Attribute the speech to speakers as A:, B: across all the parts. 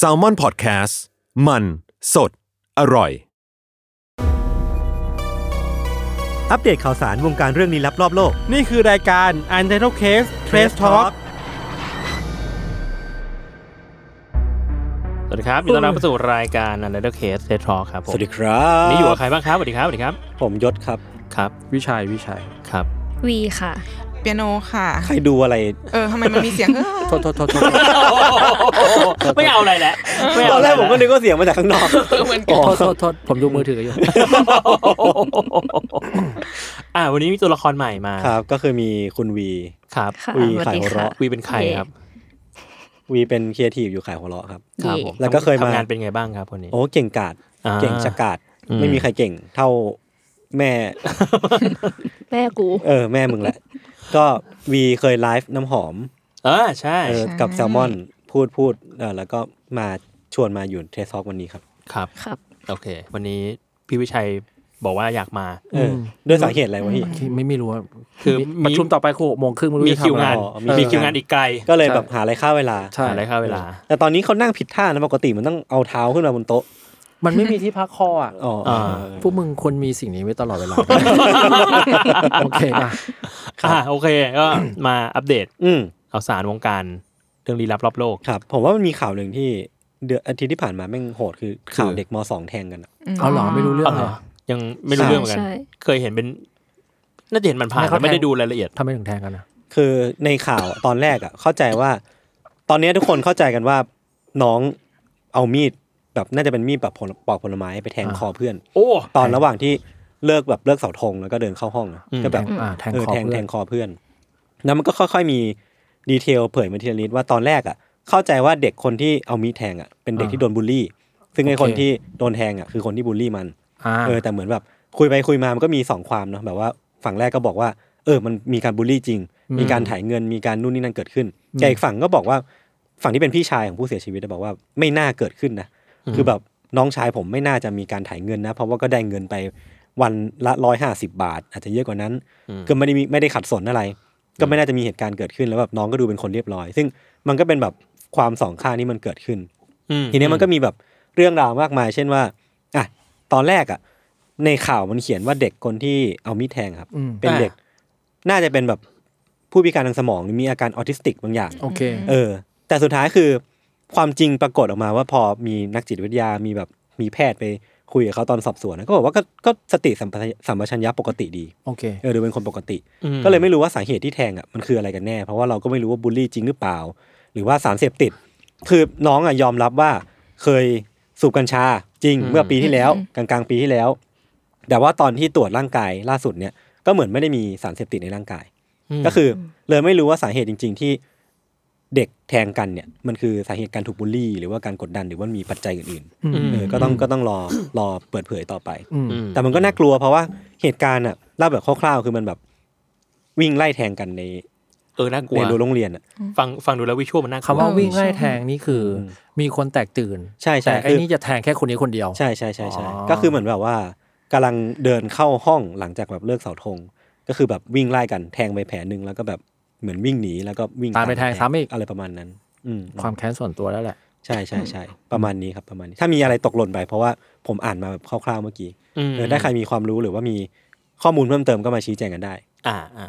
A: s a l m o n PODCAST มัน สด อร่อย
B: อัปเดตข่าวสารวงการเรื่องลี้ลับรอบโลก
C: นี่คือรายการ u n t i t l e Case Trace Talk สวัสดีครับยินดีต้อนรับเข้าสู่รายการ u n t i t l e Case Trace Talk ครับผ
B: ส
C: ม
B: วัสดีครับ
C: นี่อยู่กับใครบ้างครับ สวัสดีครับ สวัสดีครับ
B: ผมยศครับ
C: ครับ
D: วิชัยวิชัย
C: ครับ
E: วีค่ะ
F: เปียโนค่ะ
B: ใครดูอะไร
F: เออทำไมมันมีเสียง เออ
D: โทษโทษโทษโทษ
C: ไม่เอาอะไรแหละไม่
B: ต
C: เา
B: อ
C: นอะ
B: แร
C: ไะ
B: กผมก็นึกว่าเสียงมาจากข้างนอก
D: โทษโทษโทษผมดูมือถืออยู่
C: อ่า วันนี้มีตัวละครใหม่มา
B: ครับ ก็คือมีคุณวี
C: ครับ
E: ค่ะ
B: วี
E: สวัส
B: ขาย
E: ดี
B: หัว
E: ค่ะ
B: เราะ
C: วีเป็นใครครับ
B: วีเป็นครีเอทีฟอยู่ขายหัวเราะครับ
E: ครับ
C: ผม
B: แล้วก็เคยมา
C: ทำงานเป็นไงบ้างครับคนนี้
B: โอ้เก่งกาด
C: อ่า
B: เก่งชะกาด
C: อืม
B: ไม่มีใครเก่ง เท่าแม่
E: แม่กู
B: เออ แม่มึงแหละ ก็วีเคยไลฟ์น้ำหอม
C: เออ ใช่
B: เออกับแซลมอนพูดพูดเออแล้วก็มาชวนมาอยู่เทสซอกวันนี้ครับ
C: ครับ
E: ครับ
C: โอเค วันนี้พี่วิชัยบอกว่าอยากมา
B: เอออ
D: ม
B: ด้วยสาเหตุอะไรวะพี่
D: ไม่ไม่รู้ว่า
C: คือมี
D: ประชุมต่อไปคือหกโมงครึ่งไม่รู้
C: มี
D: จะ
C: คิว
D: ทำอะไร
C: งาน
B: อ๋อมี
C: มีคิวงานอีกไกล
B: ก็เลย
D: ใช่
B: แบบหาอะไรค่าเวลา
D: ใช่
C: อะไรค่าเวลา
B: แต่ตอนนี้เขานั่งผิดท่านะปกติมันต้องเอาเท้าขึ้นมาบนโต๊ะ
D: มันไม่มีที่พักคออ่ะ
B: อ๋อ
C: อ่า
D: พวกมึงควรมีสิ่งนี้ไว้ตลอดเว ลา โอเคป่ะ
C: อ่าโอเคก็ มาอัปเดต
B: อืม
C: ข่าวสารวงการเรื่องลี้ลับรอบโลก
B: ครับ ผมว่ามันมีข่าวหนึ่งที่เดือนอาทิตย์ที่ผ่านมาแม่งโหดคือข่าวเด็กมสองแทงกันอะ
D: เอาหรอไม่รู้เรื่อง
C: เอาเห
D: เลย
C: รอ ยังไม่รู้
B: ใช่
C: เรื่องเหมือนกัน
E: ใช่
C: เคยเห็นเป็น น่าจะเห็นมันผ่าน
D: ไม่
C: แต่
D: เข้า
C: ไม่ได้
D: ใจ
C: ดูรายละเอียด
D: ทำไมถึงแทงกันนะ
B: คือในข่าวตอนแรกอ่ะ เข้าใจว่า ตอนเนี้ยทุกคนเข้าใจกันว่า น้องเอามีดแบบน่าจะเป็นมีดแบบผลปอกผลไม้ไปแทงคอเพื่อน
C: โอ้
B: ตอนระหว่างที่เลิกแบบเลิกเสาธงแล้วก็เดินเข้าห้องนะ
C: อืม
B: ก็แบบ
D: อ่าแทง
B: เออ
D: คอ
B: แทง
D: เพื่
B: แท
D: อน
B: งคอเพื่อน แล้วมันก็ค่อยๆมีดีเทลเผยมาทีละนิดว่าตอนแรกอ่ะ เข้าใจว่าเด็กคนที่เอามีดแทงอ่ะเป็นเด็กที่โดนบูลลี่ ซึ่งไอ้คนที่โดนแทงอ่ะคือคนที่บูลลี่มัน
D: อ่า
B: เออแต่เหมือนแบบคุยไปคุยมามันก็มีสองความเนาะแบบว่าฝั่งแรกก็บอกว่า เออ มันมีการบูลลี่จริง มีการถ่ายเงินมีการนู่นนี่นั่นเกิดขึ้นแต่อีกฝั่งก็บอกว่าฝั่งที่เป็นพี่ชายของผู้เสียชีวิตอะบอกว่าไม่น่าเกิดขึ้นนะคือแบบน้องชายผมไม่น่าจะมีการถ่ายเงินนะ เพราะว่าก็ได้เงินไปวันละร้อยห้าสิบาท อาจจะเยอะกว่านั้น ก็ไม่ได้มีไม่ได้ขัดสนอะไร ก็ไม่น่าจะมีเหตุการณ์เกิดขึ้นแล้วแบบน้องก็ดูเป็นคนเรียบร้อย ซึ่งมันก็เป็นแบบความสองข้างที่มันเกิดขึ้น
C: อื
B: ทีเนี้ยมันก็มีแบบเรื่องราวมากมาย เช่นว่าอ่ะตอนแรกอ่ะ ในข่าวมันเขียนว่าเด็กคนที่เอามีดแทงครับ
D: อืม
B: เป็นเด็ก น่าจะเป็นแบบผู้พิการทางสมองหรือมีอาการออทิสติกบางอย่าง
D: โอเค
B: เออ แต่สุดท้ายคือ ความจริงปรากฏออกมาว่าพอมีนักจิตวิทยามีแบบมีแพทย์ไปคุยกับเขาตอนสอบสวนนะก็บอกว่าก็ก็สติสัมปสัมปชัญญะปกติดี
D: โอเค
B: เออดูเป็นคนปกติ
C: อื
B: ก็เลยไม่รู้ว่าสาเหตุที่แทงอ่ะมันคืออะไรกันแน่ เพราะว่าเราก็ไม่รู้ว่าบูลลี่จริงหรือเปล่า หรือว่าสารเสพติด คือน้องอ่ะยอมรับว่าเคยสูบกัญชาจริงเมื่อปีที่แล้วกลางกลางๆปีที่แล้ว แต่ว่าตอนที่ตรวจร่างกายล่าสุดเนี่ยก็เหมือนไม่ได้มีสารเสพติดในร่างกาย
C: ม
B: ก็คือเลยไม่รู้ว่าสาเหตุจริง ๆ ที่เด็กแทงกันเนี่ยมันคือสาเหตุการถูกบูลลี่ หรือว่าการกดดันหรือว่ามีปัจจัยอื่น
D: อืม
B: ๆเออก็ต้องก็ต้องรอรอเปิดเผยต่อไป
D: อืม
C: อื
B: แต่มันก็น่ากลัวเพราะว่าเหตุการณ์อ่ะเล่าแบบคร่าวๆคือมันแบบวิ่งไล่แทงกันใน
C: เออน่ากลัว
B: ในรั้วโรงเรียนอ่ะ
C: ฟังฟังดูแล้ววิชวลมันน่ากลั
D: คำ
C: ว
D: ว่าวิ่งไล่แทงนี่คืออ
B: ม
D: มีคนแตกตื่น
B: ใช่ใช่
D: แต่ไอ้
B: คือ
D: นี่จะแทงแค่คนนี้คนเดียว
B: ใช่ใช่ใช่ใช่
D: อ๋อ
B: ก็คือเหมือนแบบว่ากำลังเดินเข้าห้องหลังจากแบบเลิกเสาธงก็คือแบบวิ่งไล่กันแทงไปแผลหนึ่งแล้วก็แบบเหมือนวิ่งหนีแล้วก็วิ่ง
D: ตามไปแทงซ้ำอีก
B: อะไรประมาณนั้น อืม
D: ความแค้นส่วนตัวแล้วแหละ
B: ใช่ใช่ใช่ประมาณนี้ครับประมาณนี้ ถ้ามีอะไรตกหล่นไปเพราะว่าผมอ่านมาแบบคร่าวๆเมื่อกี้
C: อืม
B: เออได้ใครมีความรู้หรือว่ามีข้อมูลเพิ่มเติมก็มาชี้แจงกันได้
C: อ่าอ่า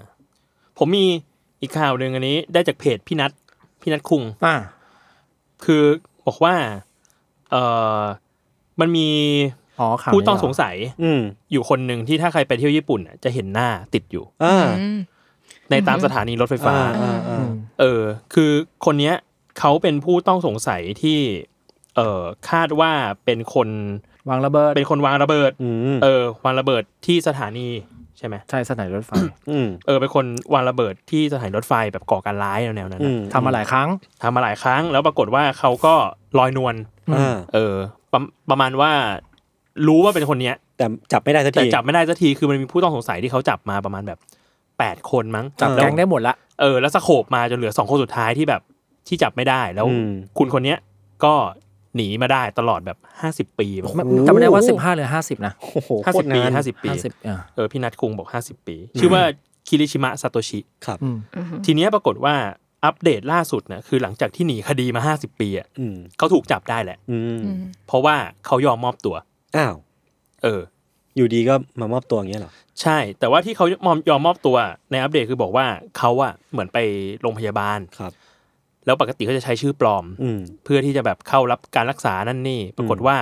C: ผมมีอีกข่าวหนึ่งอันนี้ ได้จากเพจพี่นัทพี่นัทคุง
D: อ่า
C: คือบอกว่า เออมันมี
D: อ๋อข่าวนี้
C: ผู้ต้อง
D: เหร
C: สงสัย
B: อืม
C: อยู่คนหนึ่งที่ถ้าใครไปเที่ยวญี่ปุ่นน่ะจะเห็นหน้าติดอยู่
B: อ่า
C: ในตามสถานีรถไฟฟ้า
B: อ่าอ่าอ่า
D: อืม
C: เออ คือคนเนี้ยเขาเป็นผู้ต้องสงสัยที่ เออคาดว่าเป็นคน
D: วางระเบิด
C: เป็นคนวางระเบิด
B: อืม
C: เออวางระเบิดที่สถานี ใช่ไหม
G: ใช่สถานีรถไฟ
B: อืม
C: เออเป็นคนวางระเบิดที่สถานีรถไฟแบบก่อการร้ายแนวๆนั้น
B: อื
C: น่ะ
B: ม
G: ทำมาหลายครั้ง
C: ทำมาหลายครั้งแล้วปรากฏว่าเขาก็ลอยนวล
B: อ่า
C: เออประประมาณว่ารู้ว่าเป็นคนเนี้ย
B: แต่จับไม่ได้สัก
C: แต่
B: ที
C: จับไม่ได้สักทีคือมันมีผู้ต้องสงสัยที่เขาจับมาประมาณแบบแปดคนมั้ง
G: จับ
C: ล้ว
G: แก๊งได้หมดละ
C: เออแล้วสโคบมาจนเหลือสองคนสุดท้ายที่แบบที่จับไม่ได้แล้ว
B: อืม
C: คุณคนเนี้ยก็หนีมาได้ตลอดแบบห้าสิบ50 ปี
G: มันจำไม่ได้ว่า 15 หรือ 50 นะ
B: โอ้โห
C: ห้า
B: โค
C: สิ
B: ต
C: บ
B: ร
C: ปี
B: นาน
C: ห้าสิบปี
G: 50อ่า
C: เออพี่นัทคุงบอกห้าสิบปี ชื่อว่าคิริชิมะซาโตชิ
B: ครับ
G: อืม
C: ทีเนี้ยปรากฏว่าอัปเดตล่าสุดนะคือหลังจากที่หนีคดีมาห้าสิบปีอ่ะ
B: อืม
C: เขาถูกจับได้แหละ
B: อืม
D: อืม
C: เพราะว่าเขายอมมอบตัว
B: อ้าว
C: เออ
B: อยู่ดีก็มามอบตัวอย่างเงี้ยเหรอ
C: ใช่ แต่ว่าที่เขายอมยอมมอบตัวในอัปเดตคือบอกว่าเขาอะเหมือนไปโรงพยาบาล
B: ครับ
C: แล้วปกติเขาจะใช้ชื่อปลอม
B: อืม
C: เพื่อที่จะแบบเข้ารับการรักษานั่นนี่ ปรากฏว่า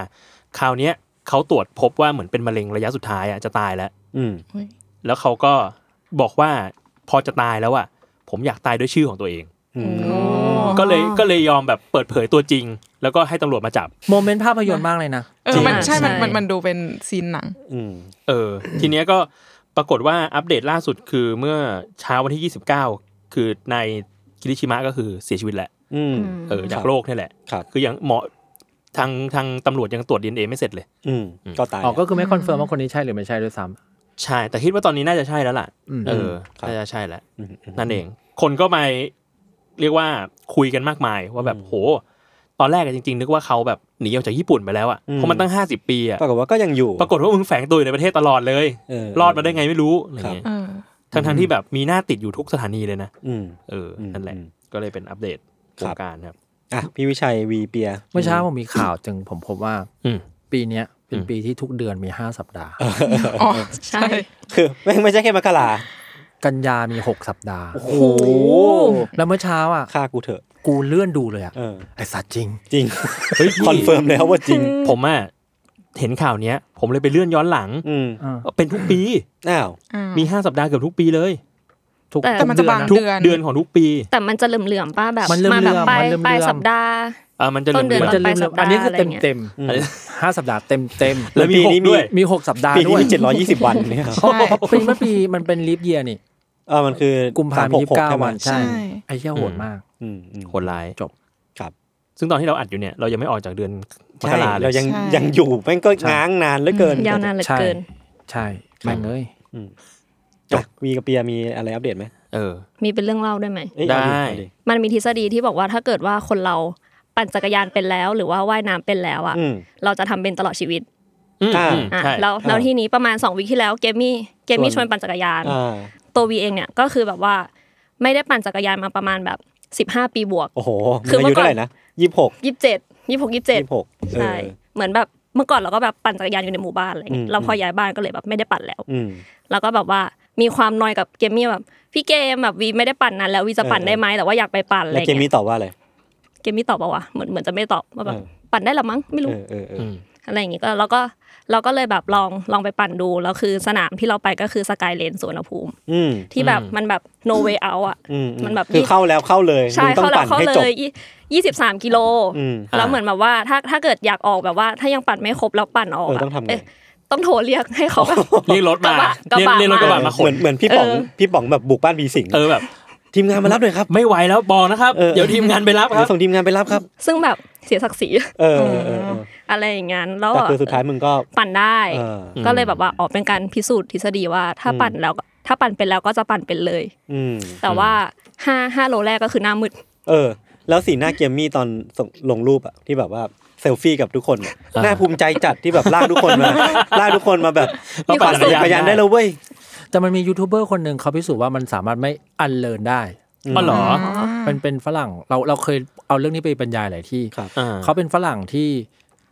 C: คราวเนี้ยเขาตรวจพบว่าเหมือนเป็นมะเร็งระยะสุดท้ายอะจะตายแล้ว
B: อืม
D: เฮ้ย
C: แล้วเขาก็บอกว่าพอจะตายแล้วอะผมอยากตายด้วยชื่อของตัวเอง
B: อืม
D: โอ้
C: ก็เลยก็เลยยอมแบบเปิดเผยตัวจริง แล้วก็ให้ตำรวจมาจับ
G: โมเมนต์ภาพยนตร์มากเลยนะ
D: เออมันใช่มันมันมันดูเป็นซีนหนัง
B: อืม
C: เออ ทีเนี้ยก็ปรากฏว่าอัปเดตล่าสุดคือเมื่อเช้าวันที่ 29 คือนายคิริชิมะก็คือเสียชีวิตแหละ
B: อืม
C: เออจา
B: ค
C: ก
B: รับ
C: โรคเนี่ยแหละ
B: ครับ
C: คือยังหมอทางทางตำรวจยังตรวจ DNA ไม่เสร็จเลย
B: อืม ก็ตาย
G: อ๋อ
B: แล้ว
G: ก็คือไม่คอนเฟิร์มว่าคนนี้ใช่หรือไม่ใช่ด้วยซ้ำ
C: ใช่ แต่คิดว่าตอนนี้น่าจะใช่แล้วล่ะ
G: อืม
C: เออ
B: ครับ
C: น่าจะใช่แล้ว
B: อืม
C: นั่นเอง คนก็มาเรียกว่าคุยกันมากมายว่าแบบโห ตอนแรกอะจริงๆ นึกว่าเขาแบบหนีออกจากญี่ปุ่นไปแล้วอ่ะ
B: อืม
C: เพราะมันตั้ง 50 ปีอ่ะ
B: ปรากฏว่าก็ยังอยู่
C: ปรากฏว่ามึงแฝงตัวอยู่ในประเทศตลอดเลย
B: เออ
C: รอดมาได้ไงไม่รู้อะไรเงี้ย
D: เออ
C: ทั้งทั้งๆที่แบบมีหน้าติดอยู่ทุกสถานีเลยนะ
B: อืม
C: เออ
B: อืม
C: นั่นแหละ
B: อืม
C: ก็เลยเป็นอัปเดต
B: ค
C: โคร
B: รับ
C: งการครับ
B: อ่ะ พี่วิชัยวีเปีย
G: เมื่อเช้าผมมีข่าวจึงผมพบว่า
C: อืม
G: ปีเนี้ยเป็น
C: อืม
G: ปีที่ทุกเดือนมี 5 สัปดาห์
D: อ๋อ
E: ใช่
B: คือ แม่งไม่ใช่แค่มกรา
G: กันยามี 6 สัปดาห์
B: โอ้โห
G: แล้วเมื่อเช้าอ่ะ
B: ฆ่ากูเถอะ
G: กูเลื่อนดูเลยอ่ะ
B: เออ
G: ไอสัตว์จริง
B: จริง คอนเฟิร์มแล้วว่าจริง
C: ผมอ่ะเห็นข่าวเนี้ย ผมเลยไปเลื่อนย้อนหลัง
B: อืม
C: เป็นทุกปี
B: อ้าว
C: มีห้าสัปดาห์เกือบทุกปีเลย
G: ทุก
E: แต่
D: แต่มันจะบาง
G: เดือ
C: ทุก
D: เดือน
C: เดือนของทุกปี
E: แต่มันจะเหลื่อมๆป้าแบบ
G: มันเหลื่อมๆ
E: แบบปลาย
G: มันเหลื่อมๆ
E: ปลายสัปดาห์
C: อ่ามันจะเหลื
E: ต้นเดื
C: อ
G: มันจะ
C: น
G: เลื่อน
E: ไปสัป
G: ๆ
E: ดาห์
G: อันนี้คือ
E: อะไร
G: เต็ม
E: เงี้ย
G: เต็มๆ
B: อืม
G: ห้าสัปดาห์เต็มเต็มๆ
C: แล้วมี
B: ปีนี้
C: ด้วย
G: มีหกสัปดาห์
B: ปี
G: ด้
B: นี้
G: วย
B: มีเจ็ดร้อยยี่สิบวันเนี่ย
D: ใช่
G: ปีเมื่อปีมันเป็นลิฟเยียนี่
B: เออมันคือ
G: กุมภาพันธ์
B: ส
G: ยี่
B: ห
G: สิบเก้า
B: ใช่ไหม
G: วันใช่
D: ใช่
G: ไอ้เหี้ยโหดมาก
B: อืมอืม
C: โหดร้าย
G: จบ
B: ครับ
C: ซึ่งตอนที่เราอัดอยู่เนี่ยเรายังไม่ออกจากเดือนมก
B: ใช่
C: ราเล
B: เรา
C: ย
B: ยัง
D: ใช่
B: ยังอยู่แม่งก็ง้างนานเหลือเกิน
E: ยาวนานเหลือเกิน
G: ใช่แม่งเลย
B: อ่ะวีกับเปียมีอะไรอัปเดตไหม
C: เออ
E: มีเป็นเรื่องเล่าได้วยไหม
B: เอ้ยเอา
C: ได้
B: เอา
E: มันมีทฤษฎีที่บอกว่าถ้าเกิดว่าคนเราปั่นจักรยานเป็นแล้ว หรือว่าว่ายน้ำเป็นแล้วอ่ะ
B: อืม
E: เราจะทำเป็นตลอดชีวิต
C: อืม
B: อ่า
C: อืม
E: อ่ะ
C: ใช่
E: แล้วแล้วทีนี้ประมาณ 2วิคที่แล้วเกมมี่เกมมี่
B: ส่
E: ช
B: ว
E: วน นปั่นจักรยาน
B: อ่า
E: ตัววีเองเนี่ยก็คือแบบว่าไม่ได้ปั่นจักรยานมาประมาณแบบ 15 ปีบวก
B: โอ้โห
E: คือ
B: มันอายุ
E: เมื่อก่อน
B: เท่าไหร่นะยี่สิบหก
E: ยี่สิบเจ็ดยี่สิบหกยี่สิบเจ็ด
B: ยี่สิบหกเอ
E: ใช่
B: อ
E: เหมือนแบบเมื่อก่อนเราก็แบบปั่นจักรยานอยู่ในหมู่บ้านอะไรเงี้
B: อื
E: ย
B: ม
E: เราพอย้ายบ้านก็เลยแบบไม่ได้ปั่นแล้ว
B: อืม
E: แล้วก็แบบว่ามีความนอยกับเกมมี่แบบพี่เกมแบบวีไม่ได้ปั่นนานแล้ววีจะปั่น
B: เออ
E: ได้ไหมแต่ว่าอยากไปปั่นอะไร
B: แล้วเกม
E: เงี้
B: นี้
E: ย
B: ตอบว่าอะไร
E: เกมมี่ตอบว่าว่าเหมือนเหมือนจะไม่ตอบว่าแบบ
B: เออ
E: ปั่นได้หรอมั้งไม่
B: เอ
E: รู้
B: อเออเออ
C: อืม
E: อะไรอย่างงี้ก็เราก็เราก็เลยแบบลองลองไปปั่นดูแล้วคือสนามที่เราไปก็คือสกายเลนสวนภูมิ
B: อืม
E: ที่แบบมันแบบ no way out อ่ะ
B: อืม
E: มันแบบ
B: คือเข้าแล้วเข้าเลย
E: ใช่
B: มึงต้อปั่
E: เข้าง แล้วน เข้า
B: ให้
E: เล
B: จบ
E: ยยี่สิบสามกิโล
B: อืม
E: แล้วเหมือนแบบว่าถ้าถ้าเกิดอยากออกแบบว่า ถ้ายังปั่นไม่ครบแล้วปั่นออก
B: เออ
E: อะ
B: ต้องทำไง
E: เะต้องโทรเรียกให้เขาแบบ
C: เรียกรถมาก
E: ระบะกระ
C: เรียก
E: บะ
C: เรียกรถกระบะ
E: มา
C: มาข
B: เหมื
C: น
B: อนเหมือนพี่ป๋อง
E: เออ
B: พี่ป๋องแบบบุกบ้านบีสิง
C: เออแบบ
B: ทีมงานมารับหน่อยครับ
C: ไม่ไหวแล้วบอกนะครับ
B: เออ
C: เดี๋ยวทีมงานไปรับค
B: เดี๋
C: รั
B: ย
C: บ
B: วส่งทีมงานไปรับครับ
E: ซึ่งแบบเสียศักดิ์ศรี
B: เออเออเออเออ
E: อะไรอย่างงั้นแล้ว
B: แต่คือสุดท้ายมึงก็
E: ปั่นได้
B: เออ
E: ก็เลยแบบว่าออกเป็นการพิสูจน์ทฤษฎีว่า ถ้าปั่นแล้วก็ถ้าปั่นเป็นแล้วก็จะปั่นเป็นเลย
B: อืม
E: แต่ว่าห้าห้าโลแรกก็คือหน้ามืด
B: เออ แล้วสีหน้าเกมมี่ตอนส่งลงรูปอะที่แบบว่าเซลฟี่กับทุกคนอะ
C: อ่า
B: น่าภูมิใจจัดที่แบบลากทุกคน มา ลากทุกคนมาแบบ
C: มีความ
B: ปั่นจักรยาน
C: สุข
B: ได้แล้วเว้ย
G: แต่มันมียูทูบเบอร์คนหนึ่งเขาพิสูจน์ว่ามันสามารถไม่อันเลินได้
C: อ๋อเหรอ
G: มันเป็นฝรั่งเราเราเคยเอาเรื่องนี้ไปบรรยายหลายที่
B: ครับ
C: อ่า
G: เขาเป็นฝรั่งที่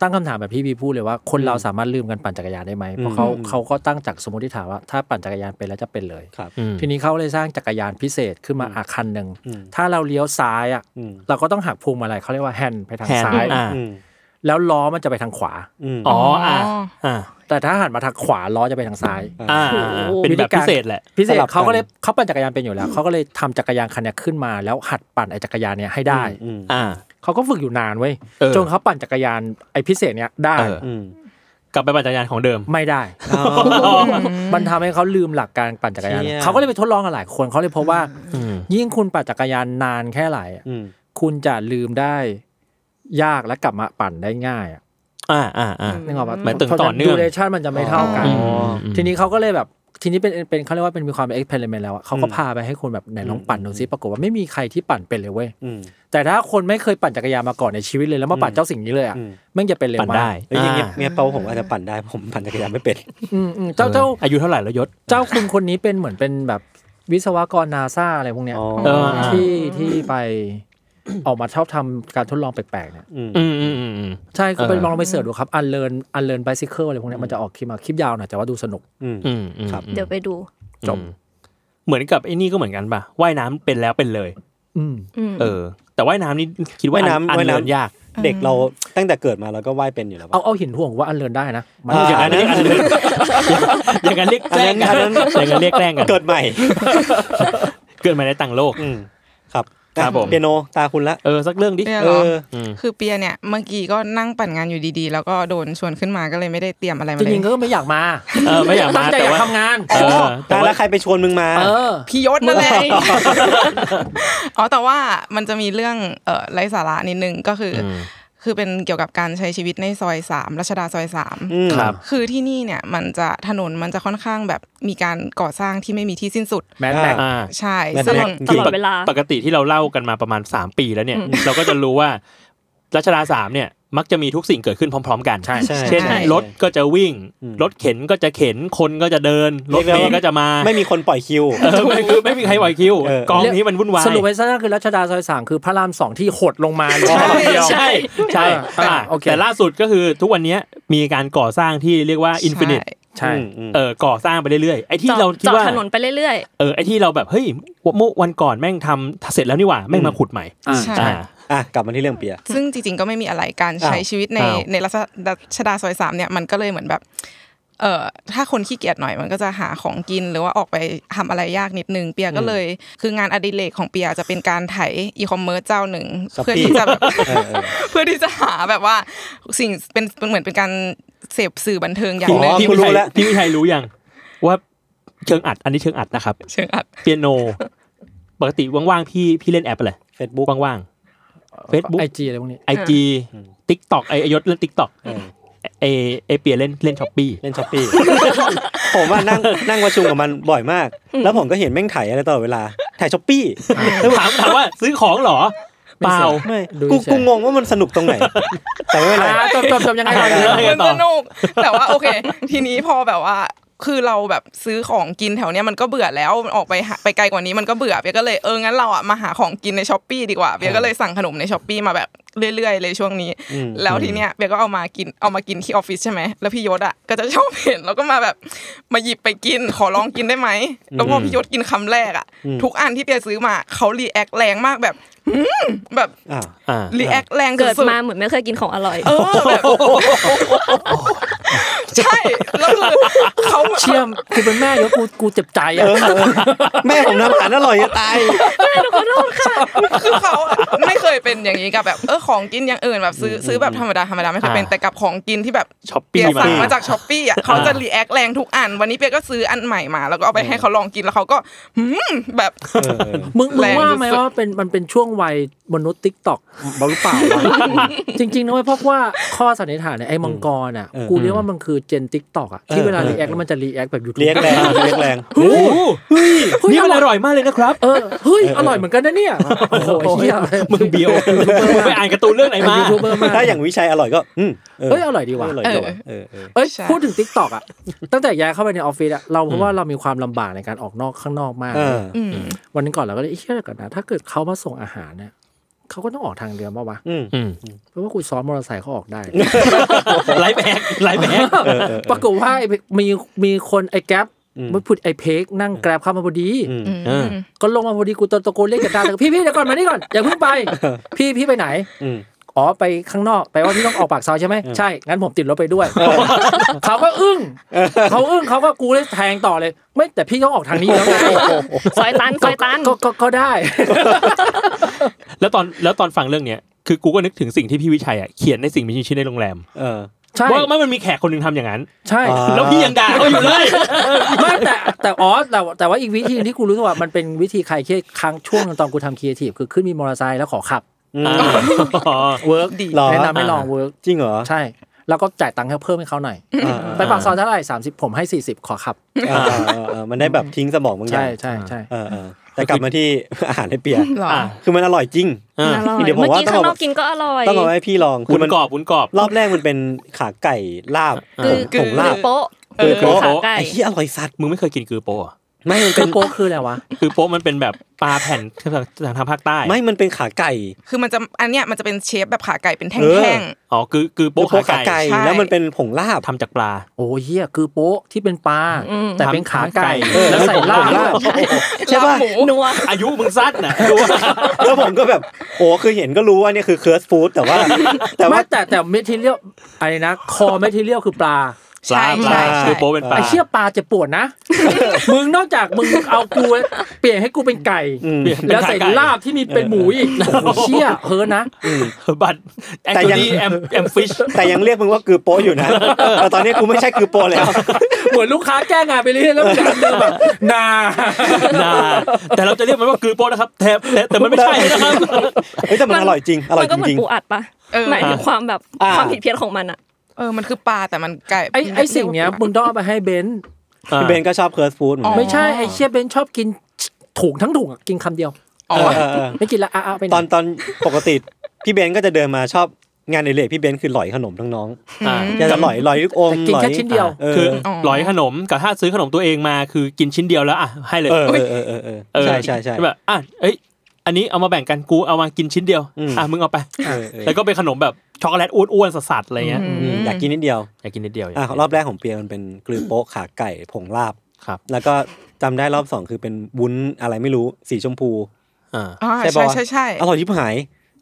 G: ตั้งคำถามแบบพี่บีพูดเลยว่า คนเราสามารถลืมกันปั่นจักรยานได้ไหมเพราะเขา
B: อืม
G: เขาก็ตั้งจากสมมติฐานว่าถ้าปั่นจักรยานเป็นแล้วจะเป็นเลย
B: ครับ
C: อืม
G: ทีนี้เขาเลยสร้างจักรยานพิเศษขึ้นมาอาคันหนึ่ง
B: อืม
G: ถ้าเราเลี้ยวซ้ายอ่ะ
B: อืม
G: เราก็ต้องหักพวงมาลัยเขาเรียกว่าแฮนด์ไปทาง
C: แทน
G: ซ้าย
C: อ่า
B: อืม
G: แล้วล้อมันจะไปทางขวา
B: อืม
C: อ๋ออ่าอ่า
G: แต่ถ้าหันมาทางขวาล้อจะไปทางซ้าย
C: อ่าเป็นแบบพิเศษแหละ
G: พิเศษ
B: สลับกัน
G: เขาก็เลยเขาปั่นจักรยานเป็นอยู่แล้วเขาก็เลยทำจักรยานคันเนี้ยขึ้นมา แล้วหัดปั่นไอ้จักรยานเนี้ยให้ได้
B: อืม
C: อ่า
G: เขาก็ฝึกอยู่นานเว้ย
C: เออ
G: จนเขาปั่นจักรยานไอ้พิเศษเนี้ยได้
C: เออ
B: อืม
C: กลับไปปั่นจักรยานของเดิม
G: ไม่ได้ มันทำให้เขาลืมหลักการปั่นจักรยาน
B: เชี่ย
G: เขาก็เลยไปทดลองกับหลายคนเขาเลยพบว่า ยิ่งคุณปั่นจักรยานนานแค่ไหนอะ
B: อืม
G: คุณจะลืมได้ยากและกลับมาปั่นได้ง่ายอะ
C: อ่าอ่าอ่า
G: นึกออกปะ
C: หมายถึงต่อเนื่อง
G: ดูเรชั่นมันจะไม่เท่ากัน
F: อ๋อ
G: ทีนี้เขาก็เลยแบบทีนี้เป็นเป็นเขาเรียกว่าเป็นมีความเอ็กเพร์เมนต์แล้วอะเขาก็พาไปให้คนแบบไหนลองปั่นดูซิปรากฏว่าไม่มีใครที่ปั่นเป็นเลยเว้ย
B: อืม
G: แต่ถ้าคนไม่เคยปั่นจักรยานมาก่อนในชีวิตเลยแล้วมาปั่นเจ้าสิ่งนี้เลยอะ
B: อืม
G: แม่งจะเป็นเร็ว
C: ปั่น
G: มา
C: ได้
G: ก
B: เอ้ยอย่างเงี้ย
C: อ่า
B: เมียเปาผมอาจจะปั่นได้ผมปั่นจักรยานไม่เป็น
G: อืมอืมเจ้าเจ้า
C: อายุเท่าไหร่แล้วยศ
G: เจ้าคุณคนนี้เป็นเหมือนเป็นแบบวิศวกรนาซาอะไรพวกเนี้ย
B: อ๋อ
C: เออ
G: ที่ที่ไป ออกมาชอบทำการทดลองแปลกๆเนี่ย
B: อืม
C: อืมอืมอืมอืม
G: ใช่คุณไป
C: เออ
G: ลองไปเสิร์ชดูครับอันเลินอันเลินไบซิเคิลอะไรพวกเนี้ยมันจะออกคลิปมาคลิปยาวหน่อยแต่ว่าดูสนุก
B: อืม
C: อืมอืม
B: ครับ
E: เดี๋ยวไปดู
C: จบเหมือนกับไอ้นี่ก็เหมือนกันป่ะว่ายน้ำเป็นแล้วเป็นเลย
G: อืม
E: อืม
C: เออ แต่ว่ายน้ำนี่คิดว่า
B: ว่ายน้ำ
C: อัน
B: ว่ายน้ำ
C: เดินยาก
B: เด็กเราตั้งแต่เกิดมาเราก็ว่ายเป็นอยู่แล้วปะ
G: เอาเอาหินห่วงว่าอันเลินได้นะมัน
B: อ่า
C: ย่าง
B: อั
C: นั้น
B: นั้นอันนั้น
C: อย่างนั้นเรียกแกล้งกัน
B: อันนั้น
C: อย่างนั้นเรียกแกล้งกัน
B: เกิดใหม่
C: เกิดมาในต่างโลก
B: อืมครับ
C: ครับผม
B: เปียโนตาคุณละ
C: เออสักเรื่องดิ
F: เนี่ย
B: เอ
F: เหรอ
B: อ
C: อืม
F: คือเปียเนี่ยเมื่อกี้ก็นั่งปั่นงานอยู่ดีๆ แล้วก็โดนชวนขึ้นมาก็เลยไม่ได้เตรียมอะไรมา
G: จ
F: เลย
G: ริงๆก็ไม่อยากมา
C: เออไม่อยากมา
G: ตั้งใจ
C: แต่
G: อยาก
C: ว่า
G: ทำงาน
C: เออแต่
B: ตา
C: ว่า
B: แล้วใครไปชวนมึงมา
G: เออ
F: พี่ยศนั่นแหละอ๋อแต่ว่ามันจะมีเรื่องเอ่อไร้สาระนิดนึงก็คือ คือเป็นเกี่ยวกับการใช้ชีวิตในซอยสามรัชดาซอยสาม
B: อืมครับ
F: คือที่นี่เนี่ยมันจะถนนมันจะค่อนข้างแบบมีการก่อสร้างที่ไม่มีที่สิ้นสุด
G: แมทแม็ก
C: อ่า
F: ใช่
B: แบบ
F: ซึ่ง
B: แม็ก
E: ตลอดเวลา
C: ปกติที่เราเล่ากันมาประมาณ 3 ปีแล้วเนี่ย เราก็จะรู้ว่ารัชดาสามเนี่ย มักจะมีทุกสิ่งเกิดขึ้นพร้อม ๆ กัน
B: ใช่
C: เช่น
B: ใช่
C: รถก็จะวิ่ง
B: อืม
C: รถเข็นก็จะเข็นคนก็จะเดิน รถเม
B: เรียก
C: ล์
B: ได้ว่า
C: ก็จะมา
B: ไม่มีคนปล่อยคิว
C: เออไม่คือไม่มีใครไหวคิว
B: เออ
C: กองนี้มันวุ่นวาย
G: สรุปไว้ซะคือรัชดาซอยสามคือพระรามสองที่หดลงมาเลย
C: ใช่ใช่ใช่
G: อ่า
C: อ่า
G: โอเค
C: แต่ล่าสุดก็คือทุกวันเนี้ยมีการก่อสร้างที่เรียกว่าอินฟินิต
F: ใช่
G: ใช่
B: อืมอืม
C: เออก่อสร้างไปเรื่อยๆไอ้ที่
E: เจาะ
C: เราคิด
E: เจาะ
C: ว่า
E: ถนนไปเรื่อย
C: เออไอที่เราแบบเฮ้ยเมื่อวันก่อนแม่งทำเสร็จแล้วนี่หว่าแม่งมาขุดใหม่
G: อ่า
F: ใช่
C: อ่า
B: อ่ะกลับมาที่เรื่องเปีย
F: ซึ่งจริงๆก็ไม่มีอะไรการใช้
B: อ้าว
F: ชีวิตใน
C: อ้าว
F: ในรัชดาชดาซอยสามเนี่ยมันก็เลยเหมือนแบบ เอ่อถ้าคนขี้เกียจหน่อยมันก็จะหาของกินหรือว่าออกไปทำอะไรยากนิดนึง เปียก็เลย คืองานอดิเรกของเปียจะเป็นการไถอีคอมเมิร์ซเจ้าหนึ่ง เพื่อที่จะแบบ
B: เออเออ
F: เพื่อที่จะหาแบบว่าสิ่งเป็นเป็นเหมือนเป็นการเสพสื่อบันเทิงอย่า
C: พี่
F: งหนึ่ง
B: อ๋อ
C: พี่
B: คุณรู้
C: วิชัย
B: แล้ว
C: พี่วิชัยรู้ยังว่าเชิงอัดอันนี้เชิงอัดนะครับ
F: เชิงอัด
C: เปียโน ปกติว่างๆพี่พี่เล่นแอปอะไร
B: เฟซบุ๊ก
C: ว่างๆ Facebook
G: ไอจีอะไรพวกนี้
C: ไอจีทิกตอกไอยศเล่นทิกตอก
B: เออ
C: ไอไอเปียเล่นเล่นช้อปปี้
B: เล่นช้อปปี้ ผมว่านั่งนั่งประชุมกับมันบ่อยมาก แล้วผมก็เห็นแม่งไถ่ายอะไรตลอดเวลาถ่ายช้อปปี้
C: ถามถามว่าซื้อของเหรอ เปล่า
B: ไม่
G: ดู
B: กู
G: เฉย
B: กูงงว่ามันสนุกตรงไหน แต่ไม่เป็นไร
G: อ่าจบจบจบยังไงก่อน
C: เออ
F: มันสนุก แต่ว่าโอเค ทีนี้พอแบบว่า คือเราแบบซื้อของกินแถวเนี้ยมันก็เบื่อแล้วออกไปหาไปไกลกว่านี้มันก็เบื่อเบียก็เลยเอองั้นเราอ่ะมาหาของกินในช้อปปีดีกว่าเบียก็เลยสั่งขนมในช้อปปีมาแบบเรื่อยๆเลยช่วงนี้
B: อืม
F: แล้วทีเนี้ยเบียก็เอามากินเอามากินที่ออฟฟิศใช่ไหมแล้วพี่ยศอ่ะก็จะชอบเห็นแล้วก็มาแบบมาหยิบไปกินขอลองกินได้ไหมแล้วพอพี่ยศกินคำแรกอ่ะทุกอันที่เบียซื้อมาเขารีแอคแรงมากแบบหืมแบบ
B: อ่า
C: อ่า
F: รีแอคแรง
E: ๆ เกิด
F: สุดๆ
E: มาเหมือนไม่เคยกินของอร่อย
F: เออแบบใช่แล้วคือเขา
G: เชี่ยมกูเป็นแม่ยศกูกูเจ็บใจอ่ะ
B: แม่ผมทำอาหารอร่อยจะตาย
F: คือเขาอะไม่เคยเป็นอย่างนี้กับแบบเออของกินอย่างอื่นแบบซื้อซื้อแบบธรรมดาธรรมดาไม่เคยเป็น
C: อ่า
F: แต่กับของกินที่แบบ
C: ช้อป
F: เปี
C: ปี้
F: ย
C: มา
F: สั่งมาจากช้อปปี้อ่ะเขาจะรีแอคแรงทุกอัน วันนี้เปียก็ซื้ออันใหม่มา แล้วก็เอาไปให้เขาลองกินแล้วเขาก็หืมแบบ
G: มึงมึ
F: แรง ง
G: ว่าไหม
F: สุดๆ
G: ว่าเป็นมันเป็นช่วงวัยมนุษย์ติ๊กต็อกบ้าหรือเปล่าวะจริงๆนะเว้ยเพราะว่าข้อสันนิษฐานเนี่ยไอ้มังกรอ่ะ
B: เออ
G: กูเรียกว่ามันคือเจนติ๊กต็อกอ่ะ ที่เวลารีแอคแล้วมันจะรีแอคแบบยูทูบ
B: เลี้ยงแรงเลี้ยงแรง
C: โอ้โหเฮ้ยนี่มันอร่อยมากเลยนะครับ
G: เออเฮ้ย อร่อยเหมือนกันนะเนี่ย โอ้โหไอ้เหี้ย
C: มึงเบียว มึงไปอ่านการ์ตูนเรื่องไหนมา
G: ยูทูบเบอร์มาก
B: ถ้าอย่างวิชัยอร่อยก็ อืมเออ
G: เฮ้ย อร่อยดีว่ะ
B: อร่อยดีว่ะเออเออ
G: เอ้ย
F: ใช่
G: พูดถึง t ิ k t o k อ่ะ ตั้งแต่ย้ายเข้าไปในออฟฟิศอะเราเพราะว่าเรามีความลำบากในการออกนอกข้างนอกมาก
B: เออ
F: อืม
G: วันนึงก่อนเราก็เลยเอ้ยเชื่อก่อนนะถ้าเกิดเขามาส่งอาหารเนี่ยเขาก็ต้องออกทางเดินป่าวะ
B: อืม
C: อืม
G: เพราะว่ากูซ้อนมอเตอร์ไซค์เขาออกได้
C: ไลฟ์แบกไลฟ์แบก
G: ปรากฏว่าไอ้มีมีคนไอ้แก๊ป
B: อืม
G: มันผุดไอ้เพกนั่งแกร็บเข้ามาพอดี
B: อืม
F: อืม
C: เออ
G: ก็ลงมาพอดีกูตะโกนเรียกจากดานแต่พี่พี่เดี๋ยวก่อนมานี่ก่อนอย่าเพิ่งไป พี่พี่ไปไหน
B: อืม
G: อ๋อไปข้างนอกแปลว่าพี่ต้องออกปากซอยใช่ไหมใช่งั้นผมติดรถไปด้วยเขาก็อึ้งเขาอึ้งเขาก็กูเลยแทงต่อเลย ไม่แต่พี่ต้องออกทางนี้อยู่แล้วไง
E: ซอยตันซอยตัน
G: ก็ก็ก็ได้
C: แล้วตอนแล้วตอนฟังเรื่องเนี้ยคือกูก็นึกถึงสิ่งที่พี่วิชัยอ่ะเขียนในสิ่งมีชีวิตในโรงแรม
B: เออ
G: ใช่
C: ว่าว่ามันมีแขกคนหนึงทำอย่างนั้น
G: ใช่
B: อ่า
C: แล้วพี่ยังด่าเขาอยู่เลย
G: ไม่แต่แต่อ๋อแต่แต่ว่าอีกวิธีที่กูรู้สึกว่ามันเป็นวิธีคลายเครียดครั้งช่วงหนึ่งตอนกูทำครีเอทีฟคือขึ้นมีมอเตอร์ไซค์แล้วขอขับ
B: อืม
C: อ๋อ
G: เวิร์ก
F: ดี
B: หรอ
G: แนะนำให้ลองเวิร์ก
B: จริงเหรอ
G: ใช่ แล้วก็จ่ายตังค์ให้เพิ่มให้เขาหน่อย
B: อ่าอ่า
G: ไปปากซอยเท่าไหร่สามสิบผมให้สี่สิบขอขับ
B: อ่าอ่าอ่ามันได้แบบทิ้งสมองบางอย่าง
G: ใช่ใช่ใช่
B: เออเออแต่กลับมาที่ อาหารให้เปีย
F: หรอ
C: อ่ะ
B: คือมันอร่อยจริง
C: อ่า
E: อร่อย
B: เดี๋ยวผม
E: เมื่อ
B: ว่า
E: กี้
B: ต้อง
E: ข้าง
B: เอา
E: นอกกินก็อร่อย
B: ต้องเอาไว้ให้พี่ลอง
C: วุ้น
B: มั
C: กรอบวุ้นกรอบ
B: รอบแรกมันเป็นขาไก่ลาบ
C: เออ
E: คือคื
B: ผ
E: อง
B: ลาบ
E: โป๊ะ
F: เออ
E: คื
B: โอ้
E: อ
B: โห
E: ขาไก่
B: ไอ้ที่อร่อยสัตว์
C: มึงไม่เคยกินคือโปะเหรอ
B: ไม่มัน
G: คื
B: เป็
G: อน โป๊ะคืออะไรวะ
C: คือโปะมันเป็นแบบปลาแผ่นทางทางภาคใต้
B: ไม่มันเป็นขาไก่
F: คือมันจะอันเนี้ยมันจะเป็นเชฟแบบขาไก่เป็นแท
B: เออ
F: ่ง
C: อ๋อคือคือโปะ
B: ขา
C: ขาไก่
B: ไก่
F: ใช่
B: แล้วมันเป็นผงลาบ
C: ทำจากปลา
G: โอ้เฮียคือโป๊ะที่เป็นปลา
E: อืม
G: แต่เป็นขาไก่
C: เออ
G: แล้วใส่ลาบ
F: ๆ
B: ใช่ปะ
F: ลาบหมู
E: นัว
C: อายุมึงสั้นนะดูว่า
B: แล้วผมก็แบบโอ้คือเห็นก็รู้ว่าเนี่ยคือเคิร์สฟู้ดแต่ว่า แต่
G: ไม่
B: ว่า
G: แต่แต่เมทิเลียลอะไรนะคอเมทิเลียลคือปลา
C: ปลาปลา
F: ใช่ใช่
C: คือโปะเป็นปลา
G: ไอ้เชี่ยปลาเจะปวดนะ มึงนอกจากมึงเอากูเปลี่ยนให้กูเป็นไก่
B: อืม
G: แล้วใส่ลาบที่มีเป็นหมูอีกโอ้โหเชี่ยเฮ้อนะ
C: บัต
B: แต่
C: แอค
B: ยัง
C: ทีแอมแอมฟิช
B: แต่ยังเรียกมึงว่าคือโปะอยู่นะแต่ตอนนี้กูไม่ใช่คือโปะแล้ว
G: เหมือนลูกค้าแก้งานไปเรื่อยแล้วจานเดิมแบบ นา
C: นาแต่เราจะเรียกมันว่าคือโปะนะครับ แทบแต่แต่มันไม่ใช่นะครับ
B: เฮ้ยแต่มัน
E: มัน
B: อร่อยจริง อร่อ
E: มั
B: ยจ
E: นก็เหมือน
B: ริง
E: ปูอัดปะ
F: เออ
E: หมายถึงความแบบ
B: อ่า
E: ความผิดเพี้ยนของมันอะ
F: เออมันคือปลาแต่มันไก่
G: ไอ้ไอ้สิ่งเนี้ยมึงต้องเอาไปให้เบนซ์
B: ๆพี่เบนก็ชอบเคิร์สฟู้ดเหมือนกั
G: ไม่
B: น
G: ใช่ไอ้เชี่ยเบนซ์ชอบกินถุงทั้งถุงอะกินคำเดียว
F: อ๋อ
B: เออเออ
G: ไม่กินละอะอะไปไหน
B: ตอนตอนปกติพี่เบนก็จะเดินมาชอบงานในเลกพี่เบนคือหลอยขนมทั้งน้อง
C: อ่า
B: จะหลอยหลอยลูกอมห
G: แต่กิน
B: ลอย
G: แค่ชิ้นเดียว
B: เออ
C: คือ
F: อ๋อ
C: ร้อยขนมกับถ้าซื้อขนมตัวเองมาคือกินชิ้นเดียวแล้วอ่ะให้เลย
B: เออเออเออเออเออใช่ใช่ใช่
C: แบบอ่ะเอ้ยอันนี้เอามาแบ่งกันกูเอามากินชิ้นเดียว
B: อืม
C: อ่ะมึงเอาไป
B: เออเออ
C: แล้วก็เป็นขนมแบบช็อกโกแลตอ้วนๆสัสๆอะไรเงี้ย
B: อืมอยากกินนิดเดียว
C: อยากกินนิดเดียว
B: อ่ะ
C: ยากกิน
B: รอบแรกของเปียมันเป็นกลือโป๊ะขาไก่ผงลาบ
C: ครับ
B: แล้วก็จำได้รอบสองคือเป็นวุ้นอะไรไม่รู้สีชมพู
C: อ่า
F: อ่า
B: ใช่ปะ
F: ใช่
B: วะ
F: ใช่ใช่
B: อร่อยยิบหาย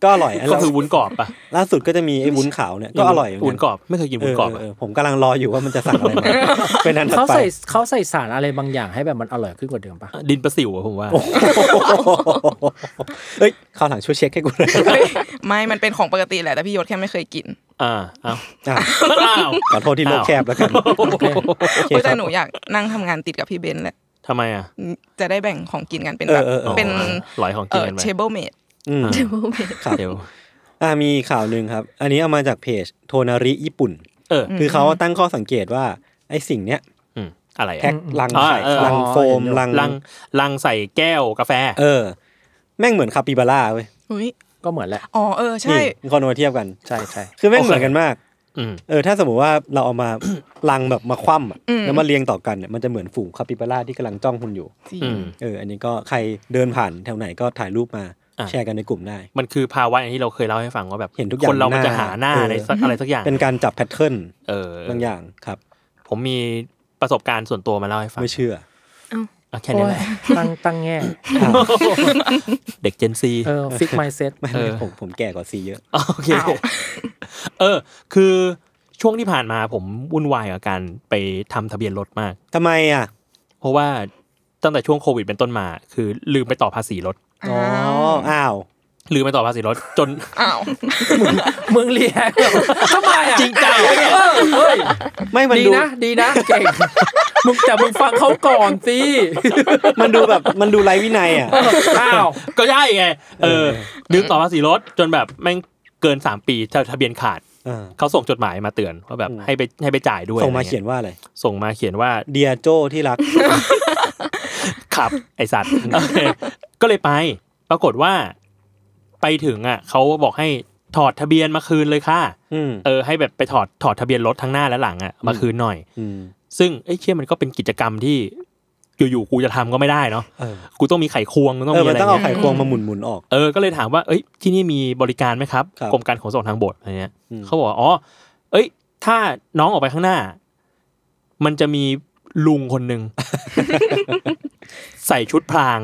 B: ก็อร่อยอัน
C: ก็
B: ล่า
C: คือวุ้นกรอบป่ะ
B: ล่าสุดก็จะมีไอ้วุ้นขาวเนี่ยก็อร่อยเหมื
C: วุ้
B: อน น
C: ก
B: กัน
C: รอบไม่เคยกินวุ้นกรอบ
B: เออ
C: อะ
B: เออผมกำลังรออยู่ว่ามันจะสั่งอะไรมาเป็นอันถัด
G: เขา
B: ไป
G: ใส่เขาใส่สารอะไรบางอย่างให้แบบมันอร่อยขึ้นกว่าเดิมปะ
C: ดินประสิวอะผมว่า
B: เอ้ยข้าวหลังช่วยเช็คให้กูหน่อย
F: เฮ้ย ไม่มันเป็นของปกติแหละแต่พี่ยศแค่ไม่เคยกิน
C: อ่าเอา
B: อ่ะ
C: อ้าว
B: ขอโทษที่โลกแคบแล้วกันโอเค
F: เฮ้ย
B: ค
F: แต่
B: รับ
F: หนูอยากนั่งทำงานติดกับพี่เบนซ์แหละ
C: ทำไมอ่ะ
F: จะได้แบ่งของกินกันเป็นแบบ
B: เออเออเออ
F: เป็น
C: หลอยของ
F: เอ
C: กิน
F: อ
C: กันไป
F: เชเบิลเมด
B: อืมครับ
C: เดี๋ยว
B: อ่ะมีข่าวหนึ่งครับ อันนี้เอามาจากเพจโทนาริญี่ปุ่น
C: เออ
B: คือเขาตั้งข้อสังเกตว่าไอ้สิ่งเนี้ย
C: อืมอะไรอะ
B: แพ็คลังไข่
C: อ่าเออ
B: ลังโฟมลัง
C: ลังลังใส่แก้วกาแฟ
B: เออ แม่งเหมือนคาปิบาร่าเว้ย
F: อุ้ย
G: ก็เหมือนแหละ
F: อ๋อเออใช่
B: นี่มีคนเอามาเทียบกัน
G: ใช่ใช่
B: คือแม่งเหมือนกันมาก
C: อืม
B: เออถ้าสมมติว่าเราเอามา ลังแบบมาคว่ำอะ
F: อืม
B: แล้วมาเรียงต่อกันเนี่ยมันจะเหมือนฝูงคาปิบาร่าที่กำลังจ้องคุณอยู่
F: จริง
C: อืม
B: เอออันนี้ก็ใครเดินผ่านแถวไหนก็ถ่ายรูปมา
C: อ่ะ
B: แชร์กันในกลุ่มได้
C: มันคือภาวะอย่างที่เราเคยเล่าให้ฟังว่าแบบ
B: เห็นทุกอย่าง
C: คนเรามันจะหาหน้า
B: หน้า
C: ในสักอะไรสักอย่าง
B: เป็นการจับแพทเทิร์น
C: เออบ
B: างอย่างครับ
C: ผมมีประสบการณ์ส่วนตัวมาเล่าให้ฟัง
B: ไม่เชื่อ
C: อ่ะแค่นี้แห ละ
G: โอ้ยตั้งตั้งแง่
C: เด็กเจนซี
G: เออฟิกไมเซ็ต
B: ไม่
C: เอ
B: ไม่
C: อ
B: ผมผมแก่กว่าซีเยอะ
C: โอเคเออ คือช่วงที่ผ่านมาผมวุ่นวายกับการไปทำทะเบียนรถมาก
B: ทำไมอ่ะ
C: เพราะว่าตั้งแต่ช่วงโควิดเป็นต้นมา คือลืมไปต่อภาษีรถ
B: อ๋ออ้าว
C: ลืมไปต่อภาษีรถ จน
F: อ้าว
G: มึงเรียกแบบทำไมอ่ะจริงจังเออเฮ้ย
B: ไม่มัน
G: ดี
B: ดู
G: นะ ดีนะเก่งมึงแต่มึงฟังเขาก่อนสิ
B: มันดูแบบมันดูไร้วินัยอ่ะ
G: อ้าว
C: ก็ใช่ไงเออลืมต่อภาษีรถ จนแบบแม่งเกินสามปีทะทะเบียนขาด
B: เออ
C: เขาส่งจดหมายมาเตือนว่าแบบ
B: อืม
C: ให้ไปให้ไปจ่ายด้วย
B: ส่งมา
C: อะไร
B: เขียนว่าอะไร
C: ส่งมาเขียนว่า
B: เดียโจที่ รัก
C: ขั บ ไอสัตว์ โอเคก็เลยไป ปรากฏว่า ไปถึงอ่ะเขาบอกให้ถอดทะเบียนมาคืนเลยค่ะ
B: อืม
C: เออให้แบบไปถอดถอดทะเบียนรถทั้งหน้าและหลังอ่ะมาคืนหน่อย
B: อืม
C: ซึ่งไอ้ยเชี่ยมันก็เป็นกิจกรรมที่ อยู่ๆกูจะทำก็ไม่ได้เนาะ
B: เออ
C: กูต้องมีไขควงกูต้อง
B: เออ
C: มี
B: มัน
C: อะไร
B: ต้องเอา
C: เงี้ย
B: ไขควงมาหมุนหมุนๆออก
C: เออก็เลยถามว่าเอ้ยที่นี่มีบริการไหมครับ
B: ครับ
C: กรมการขนส่งทางบกอะไรเงี้ย
B: อืม
C: เขาบอกว่าอ๋อเอ้ย ถ้าน้องออกไปข้างหน้า มันจะมีลุงคนห นึ่ง ใส่ชุดพราง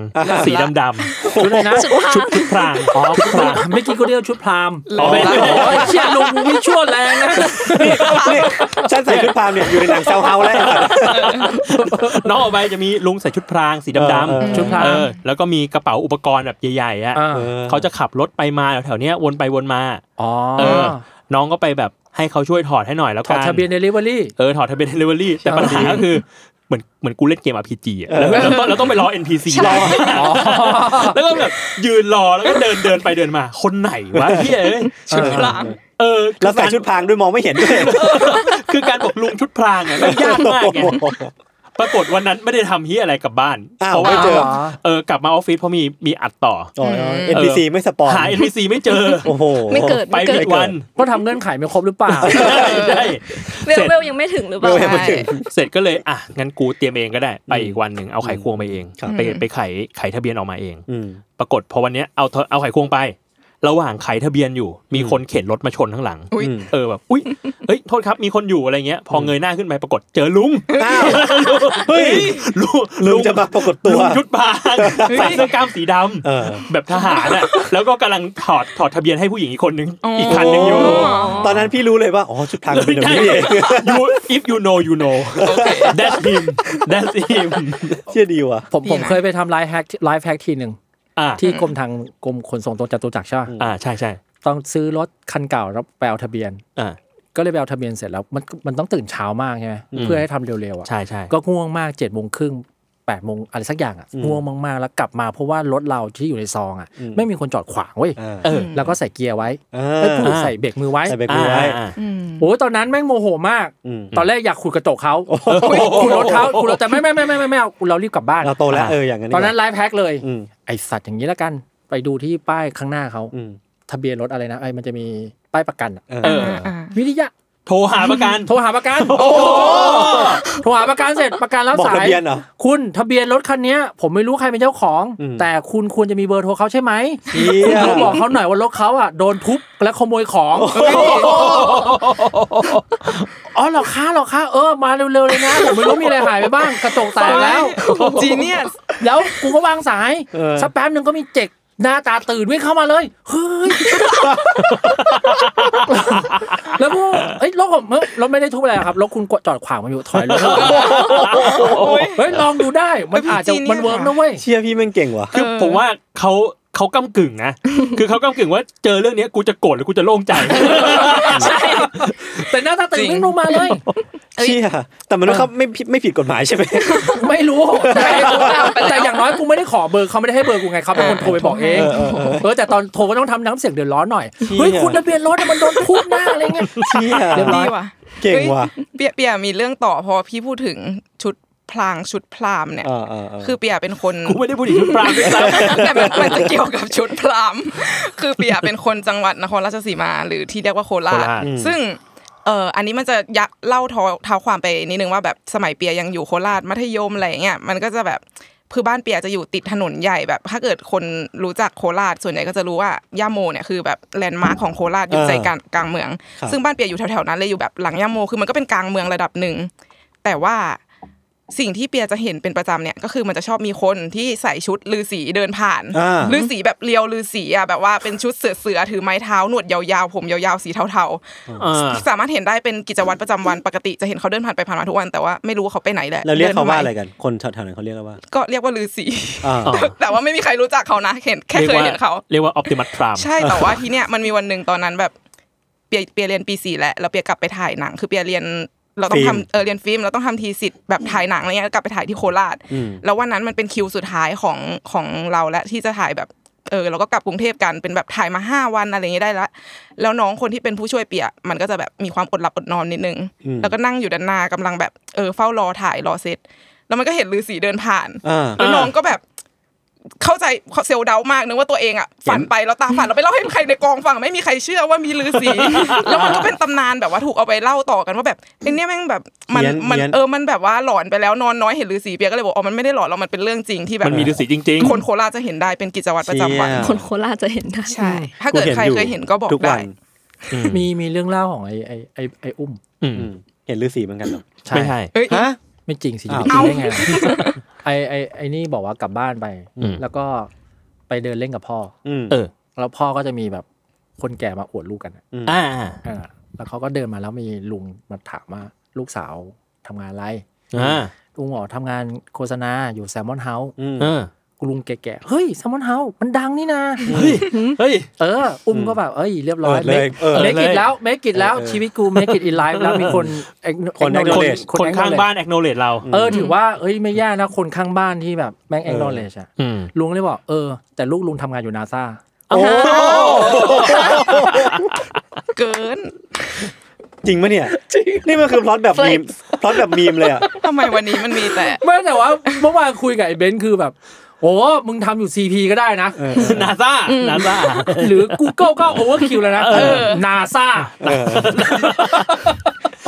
C: สีดำ
G: ดูเลยนะ
C: ๆชุดชุดพรางอ๋อชุดพราง
G: ไม่อกินกูเรียกชุดพราหมณ์
C: อ๋อไม่ได้
G: โอ้ยเชี่ยลุงมึงไม่ชั่วแรงนะ
B: นี่ฉันใส่ชุดพรามเนี่ยอยู่ในหนังเซาเฮาแล้ว
C: น้องออกไปจะมีลุงใส่ชุดพรางสีดำ
B: เออเออ
C: ๆ
G: ชุดพราห
C: เอ
G: ม
C: อ
G: ณ์
C: แล้วก็มีกระเป๋าอุปกรณ์แบบใหญ่ๆอ่ะ
G: อ่า
B: เออ
C: เขาจะขับรถไปมาแถวๆเนี้ยวนไปวนมา
G: อ๋อ
C: เออ น้องก็ไปแบบ ให้เขาช่วยถอดให้หน่อยแล้ว
G: ถ
C: กั
G: อน ดทะเบียนเดลิเวอรี่
C: เออถอดทะเบียน delivery แต่ปัญหาก็คือเหมือนเหมือนกูเล่นเกม RPG อ่ะแล้วแล้วต้องแล้วต้องไปรอ NPC รอ แล้วก็แบบยืนรอแล้วก็เดินเดินไปเดินมา คนไหนวะพี่เอ้ย
F: ชุดพราง
C: เออ
B: แล้วใส่ชุดพรางด้วยมองไม่เห็นด้วย
C: คือการบอกลุงชุดพรางอ่ะมันยากมากไง ปรากฏวันนั้นไม่ได้ทำเฮียอะไรกลับบ้าน
B: อ้าว
C: เพราะ
B: ไม่
C: ว่า
B: เจอ
C: เออกลับมาออฟฟิศเพราะมีมีอัดต่อ
B: อ๋อ NPC ไม่สปอน
C: หา NPC ไม่เจอ
B: โอ้โห
E: ไม่เกิด
C: ไป
E: ไม่เกิ
C: ผิ
E: ด
C: ดวัน
G: ก็ทำเงื่อนไขไม่ครบหรือเปล่า
C: ใช่
E: เวลเวลยังไม่ถึงหรือเปล่า
B: เวลยังไม่ถึง
C: เสร็จก็เลยอ่ะงั้นกูเตรียมเองก็ได้ไปอีกวันหนึ่งเอาไขควงไปเอง
B: ครับ
C: ไปไปไขไขทะเบียนออกมาเอง
B: อืม
C: ปรากฏพอวันเนี้ยเอาเอาไขควงไป ระหว่างไขทะเบียนอยู่ มีคนเข็นรถมาชนข้างหลัง
F: อุ๊ย
C: เออแบบอุ้ยเอ้ยโทษครับมีคนอยู่อะไรเงี้ย พอเงยหน้าขึ้นไปปรากฏเจอลุง
B: อ้าวเฮ้ย
C: ลุง
B: ลุงจะมาปรากฏ
C: ลุ
B: ตั
C: ง
B: ว
C: ชุดพรางใส่เสื้อกล้ามสีดำ
B: เออ
C: แบบทหารอ่ะ แล้วก็กำลังถอดถอดทะเบียนให้ผู้หญิงอีกคนนึง
F: อ๋ออี
C: อีกคันหนึ่งอยู่
B: โตอนนั้นพี่รู้เลยว่า อ๋อ ชุดพรางเป็นแบบนี้เอง
C: ยู if you know you know that's him that's him
B: เชื่อดีว่ะ
G: ผม
F: ดีนะ
G: ผมเคยไปทำไลฟ์แฮกไลฟ์แฮกทีหนึ่ง
C: อ่า
G: ที่กรมทางกรมขนส่งตรงจตุจักรใช่ปะ
C: อ่าใช่ใช่
G: ต้องซื้อรถคันเก่าแล้วแปลทะเบียน
C: อ่า
G: ก็เลยแปลทะเบียนเสร็จแล้วมันมันต้องตื่นเช้ามากใช่ไหม
C: อืม
G: เพื่อให้ทำเร็วๆอ่ะ
C: ใช่ใช่
G: ก็ง่วงมากเจ็ดโมงครึ่งแปดโมงอะไรสักอย่างอ่ะ
B: อืม
G: ง่วงมากๆแล้วกลับมาเพราะว่ารถเราที่อยู่ในซองอ่ะ
B: อืม
G: ไม่มีคนจอดขวางเว้ย
B: อ่า
C: เออ
G: แล้วก็ใส่เกียร์ไว้
B: เอ
G: เอ้ยผู้
B: อ
G: ใส่เบรกมือไว้
B: ใส่ไปกูไว้
C: อ่า
G: โอ้ยตอนนั้นแม่งโมโหมาก
B: อืม
G: ตอนแรกอยากขูดกระจกเขาขูดรถเขาขูดรถแต่ไม่ไม่ไม่ไม่ไม่ไม่เอาเรารีบกลับบ้าน
B: เราโตแล้วเอออย่างนั้น
G: ตอนนั้นไลฟ์แพ็กเลย
B: อืม
G: ไอสัตว์อย่างนี้ละกัน ไปดูที่ป้ายข้างหน้าเขา
B: อืม
G: ทะเบียนรถอะไรนะไอมันจะมีป้ายประกันอะ
B: เออ
C: เออ
F: อ่า
G: วิริยะ
C: โทรหาประกัน
G: โทรหาประกันโทรหาประกันเสร็จประกันรับ
B: บอก
G: สา
B: ทะ
G: ย
B: เบียนเหรอ
G: คุณทะเบียนรถคันเนี้ย ผมไม่รู้ใครเป็นเจ้าของ
B: อืม
G: แต่คุณควรจะมีเบอร์โทรเขาใช่ไหม
B: เหี้ย
G: คุณโทรบอกเขาหน่อยว่ารถเขาอ่ะโดนทุบและขโมยของอ๋อเหรอคะเหรอคะเออมาเร็วๆเลยนะผมไม่รู้มีอะไรหายไปบ้างกระจกแตกแล้ว
F: จีเนียส
G: แล้วกูก็วางสาย
B: เออ
G: สักแป๊บหนึ่งก็มีเจ็กหน้าตาตื่นวิ่งเข้ามาเลยเฮ้ย แล้วกูเอ้ยรถผมเอ้ยรถไม่ได้ทุบอะไรครับรถคุณกดจอดขวางมาอยู่ถอยรถเฮ้ยลองดูได้มันอาจจะ
F: เฮ้ยพี่จีเนียส
G: มันเวิร์กนะเว้ย
B: เชี่ยพี่แม่งเก่งว่ะ
C: คือผมว่าเขาเขากำกึ่งนะ คือเขากำกึ่งว่าเจอเรื่องเนี้ยกูจะโกรธหรือกูจะโล่งใจ
G: แต่หน้าตาตื่นวิ่งลงมาเลย
B: เชี่ยแต่มันก็ไม่ผิดไม่ผิดกฎหมายใช่ไหม
G: ไม่รู้แต่แต่อย่างน้อยกูไม่ได้ขอเบอร์เขาไม่ได้ให้เบอร์กูไงเขาเป็นคนโทรไปบอกเอง
B: เออเออเออ
G: เออแต่ตอนโทรก็ต้องทำน้ำเสียงเดือดร้อนหน่อย
B: เชี่ย
G: เฮ้ยคุณทะเบียนรถอะมันโดนทุบหน้าอะไรเงี้ย
B: เชี่ย
G: เรียบร้อ
F: ดี
G: ย
F: ว่ะ
B: เก่งว่ะ
F: เปียเปียมีเรื่องต่อพอพี่พูดถึงชุดพลางชุดพรามเนี่ย
B: เออเออเออ
F: คือเปียเป็นคน
C: กูไม่ได้พูดถึงชุดปรางด้วยซ้
F: แต่มันมันจะเกี่ยวกับชุดพราม คือเปียเป็นคนจังหวัดนครราชสีมา หรือที่เรียกว่า
C: ำ
F: โค
C: โค
F: ราช
C: ราช
B: อืม
F: ซึ่งเอ่ออันนี้มันจะยะเล่าท้อเท้าความไปนิดนึงว่าแบบสมัยเปียยังอยู่โคราชมัธยมอะไรอย่างเงี้ยมันก็จะแบบคือบ้านเปียจะอยู่ติดถนนใหญ่แบบ ถ้าเกิดคนรู้จักโคราชส่วนใหญ่ก็จะรู้ว่าย่าโมเนี่ยคือแบบแลนด์มาร์คของโคราชอยู่
B: เออ
F: ใจกลางกลางเมือง
B: ครับ
F: ซึ่งบ้านเปียอยู่แถวๆนั้นเลยอยู่แบบหลังย่าโมคือมันก็เป็นกลางเมืองระดับหนึ่งแต่ว่าสิ่งที่เปียจะเห็นเป็นประจำเนี่ยก็คือมันจะชอบมีคนที่ใส่ชุดลือสีเดินผ่าน
B: อ่า
F: ฤาษีแบบเรียวฤาษีอ่ะแบบว่าเป็นชุดเสือเสือๆถือไม้เท้าหนวดยาวๆผมยาวๆสีเทา
C: อ่า
F: ๆสามารถเห็นได้เป็นกิจวัตรประจำวันปกติจะเห็นเขาเดินผ่านไปผ่านมาทุกวันแต่ว่าไม่รู้ว่าเขาไปไหนแหละ
B: เราเรียกเขาว่าอะไร
F: ดินทำม
B: กัน คนแถวๆนั้นเขาเรียกเราว่า
F: ก็เรียกว่าฤาษี
B: อ่า
C: อ๋อ
F: แต่ว่าไม่มีใครรู้จักเขานะเห็นแค่เคยเห็นเขา
C: เรียกว่าออปติมัสพราม
F: ใช่แต่ว่าทีเนี้ยมันมีวันหนึ่งตอนนั้นแบบเปียเปียเรียนปีสี่แหละแล้วเปียกลับไปถ่ายหนัง คือเปียเรียนเราต้อง
B: ฟิล์ม
F: ทำเออเรียนฟิล์มเราต้องทำทีสิทธิ์แบบถ่ายหนังอะไรเงี้ยแล้วกลับไปถ่ายที่โคราช
B: อืม
F: แล้ววันนั้นมันเป็นคิวสุดท้ายของของเราและที่จะถ่ายแบบเออเราก็กลับกรุงเทพกันเป็นแบบถ่ายมาห้าวันอะไรเงี้ยได้ละแล้วน้องคนที่เป็นผู้ช่วยเปียมันก็จะแบบมีความอดหลับอดนอนนิดนึง
B: อืม
F: แล้วก็นั่งอยู่ด้านหน้ากำลังแบบเออเฝ้ารอถ่ายรอเซตแล้วมันก็เห็นลือสีเดินผ่าน
B: อ่า
F: แล้วน้องก็แบบเข้าใจเซลล์เดามากนึกว่าตัวเองอ่ะฝันไปแล้วตาฝันเราไปเล่าให้ใครในกองฟังไม่มีใครเชื่อว่ามีลือสี แล้วมันก็เป็นตำนานแบบว่าถูกเอาไปเล่าต่อกันว่าแบบไอ้เนี่ยแม่งแบบมัน
B: เฮี้ยน
F: มัน
B: เฮี้ยน
F: เออมันแบบว่าหลอนไปแล้วนอนน้อยเห็นลือสีเปียก็เลยบอกอ๋อมันไม่ได้หลอนเรามันเป็นเรื่องจริงที่แบบ
C: มันมีฤาษีจริง ๆ
F: คนโคราชจะเห็นได้เป็นกิจวัตรประจำวัน
B: เชี่ย
E: คนโคราชจะเห็นได้
F: ใช่ ถ้าเกิดใครเคยเห็นก็บอก
B: ทุกวั
F: ได้
B: น
G: มีมีเรื่องเล่าของไอ้ไอ้ไอ้ไอ้อุ้ม
C: อืม
B: อืมเห็นฤาษีเหมือนกันเหรอ
C: ไม่ใช่
F: เอ้ย
B: ฮะ
G: ไม่จริงสิจะ
B: อ้าว
G: ไปจริงได้ไงล่ะไอไอไอนี่บอกว่ากลับบ้านไป
C: อืม
G: แล้วก็ไปเดินเล่นกับพ่อ
B: อืม
C: เออ
G: แล้วพ่อก็จะมีแบบคนแก่มาอวดลูกกันอะ
C: อ่า
G: อ่าแล้วเขาก็เดินมาแล้วมีลุงมาถามว่าลูกสาวทำงานอะไร
C: อ่า
G: ลุงบอกทำงานโฆษณาอยู่แซลมอนเฮาส์
B: อืม
C: เออ
G: กู ลุงแก่ๆเฮ้ยแซมมอนเฮามันดังนี่นะ
C: เฮ้ย
G: เออ อุ้มก็แบบเอ้ยเรียบร้อย
B: เออเลยเออ
G: เมกิ
C: เล
G: ด
C: ย
G: แล้วเมกิดแล้ว
B: เออ
G: ชีวิตกูเมกิดอินไลฟ์แล้วมีคน
B: คน
C: คน
B: acknowledge
C: คนข้างบ้านแอกโนเลดเรา
G: เออถือว่าเอ้ยไม่แย่นะคนข้างบ้านที่แบบแม่งแองนอเลชอะ
C: อืม
G: ลุงเลยบอกเออ แต่ลูกลุงทำงานอยู่นาซา
F: เกิน
B: จริงปะเนี่ยนี่มันคือพล็อตแบบมีมพล็อตแบบมีมเลยอ่ะ
F: ทำไมวันนี้มันมีแต่
G: ไม่แต่ว่า เมื่อวานคุยกับไอ้เบนซ์คือแบบ โอ้มึงทำอยู่ซีพีก็ได้ นะ
C: นาซานาซา
G: หรือ Google ก็โอเวอร์คิวแล้วนะนาซา
B: เออ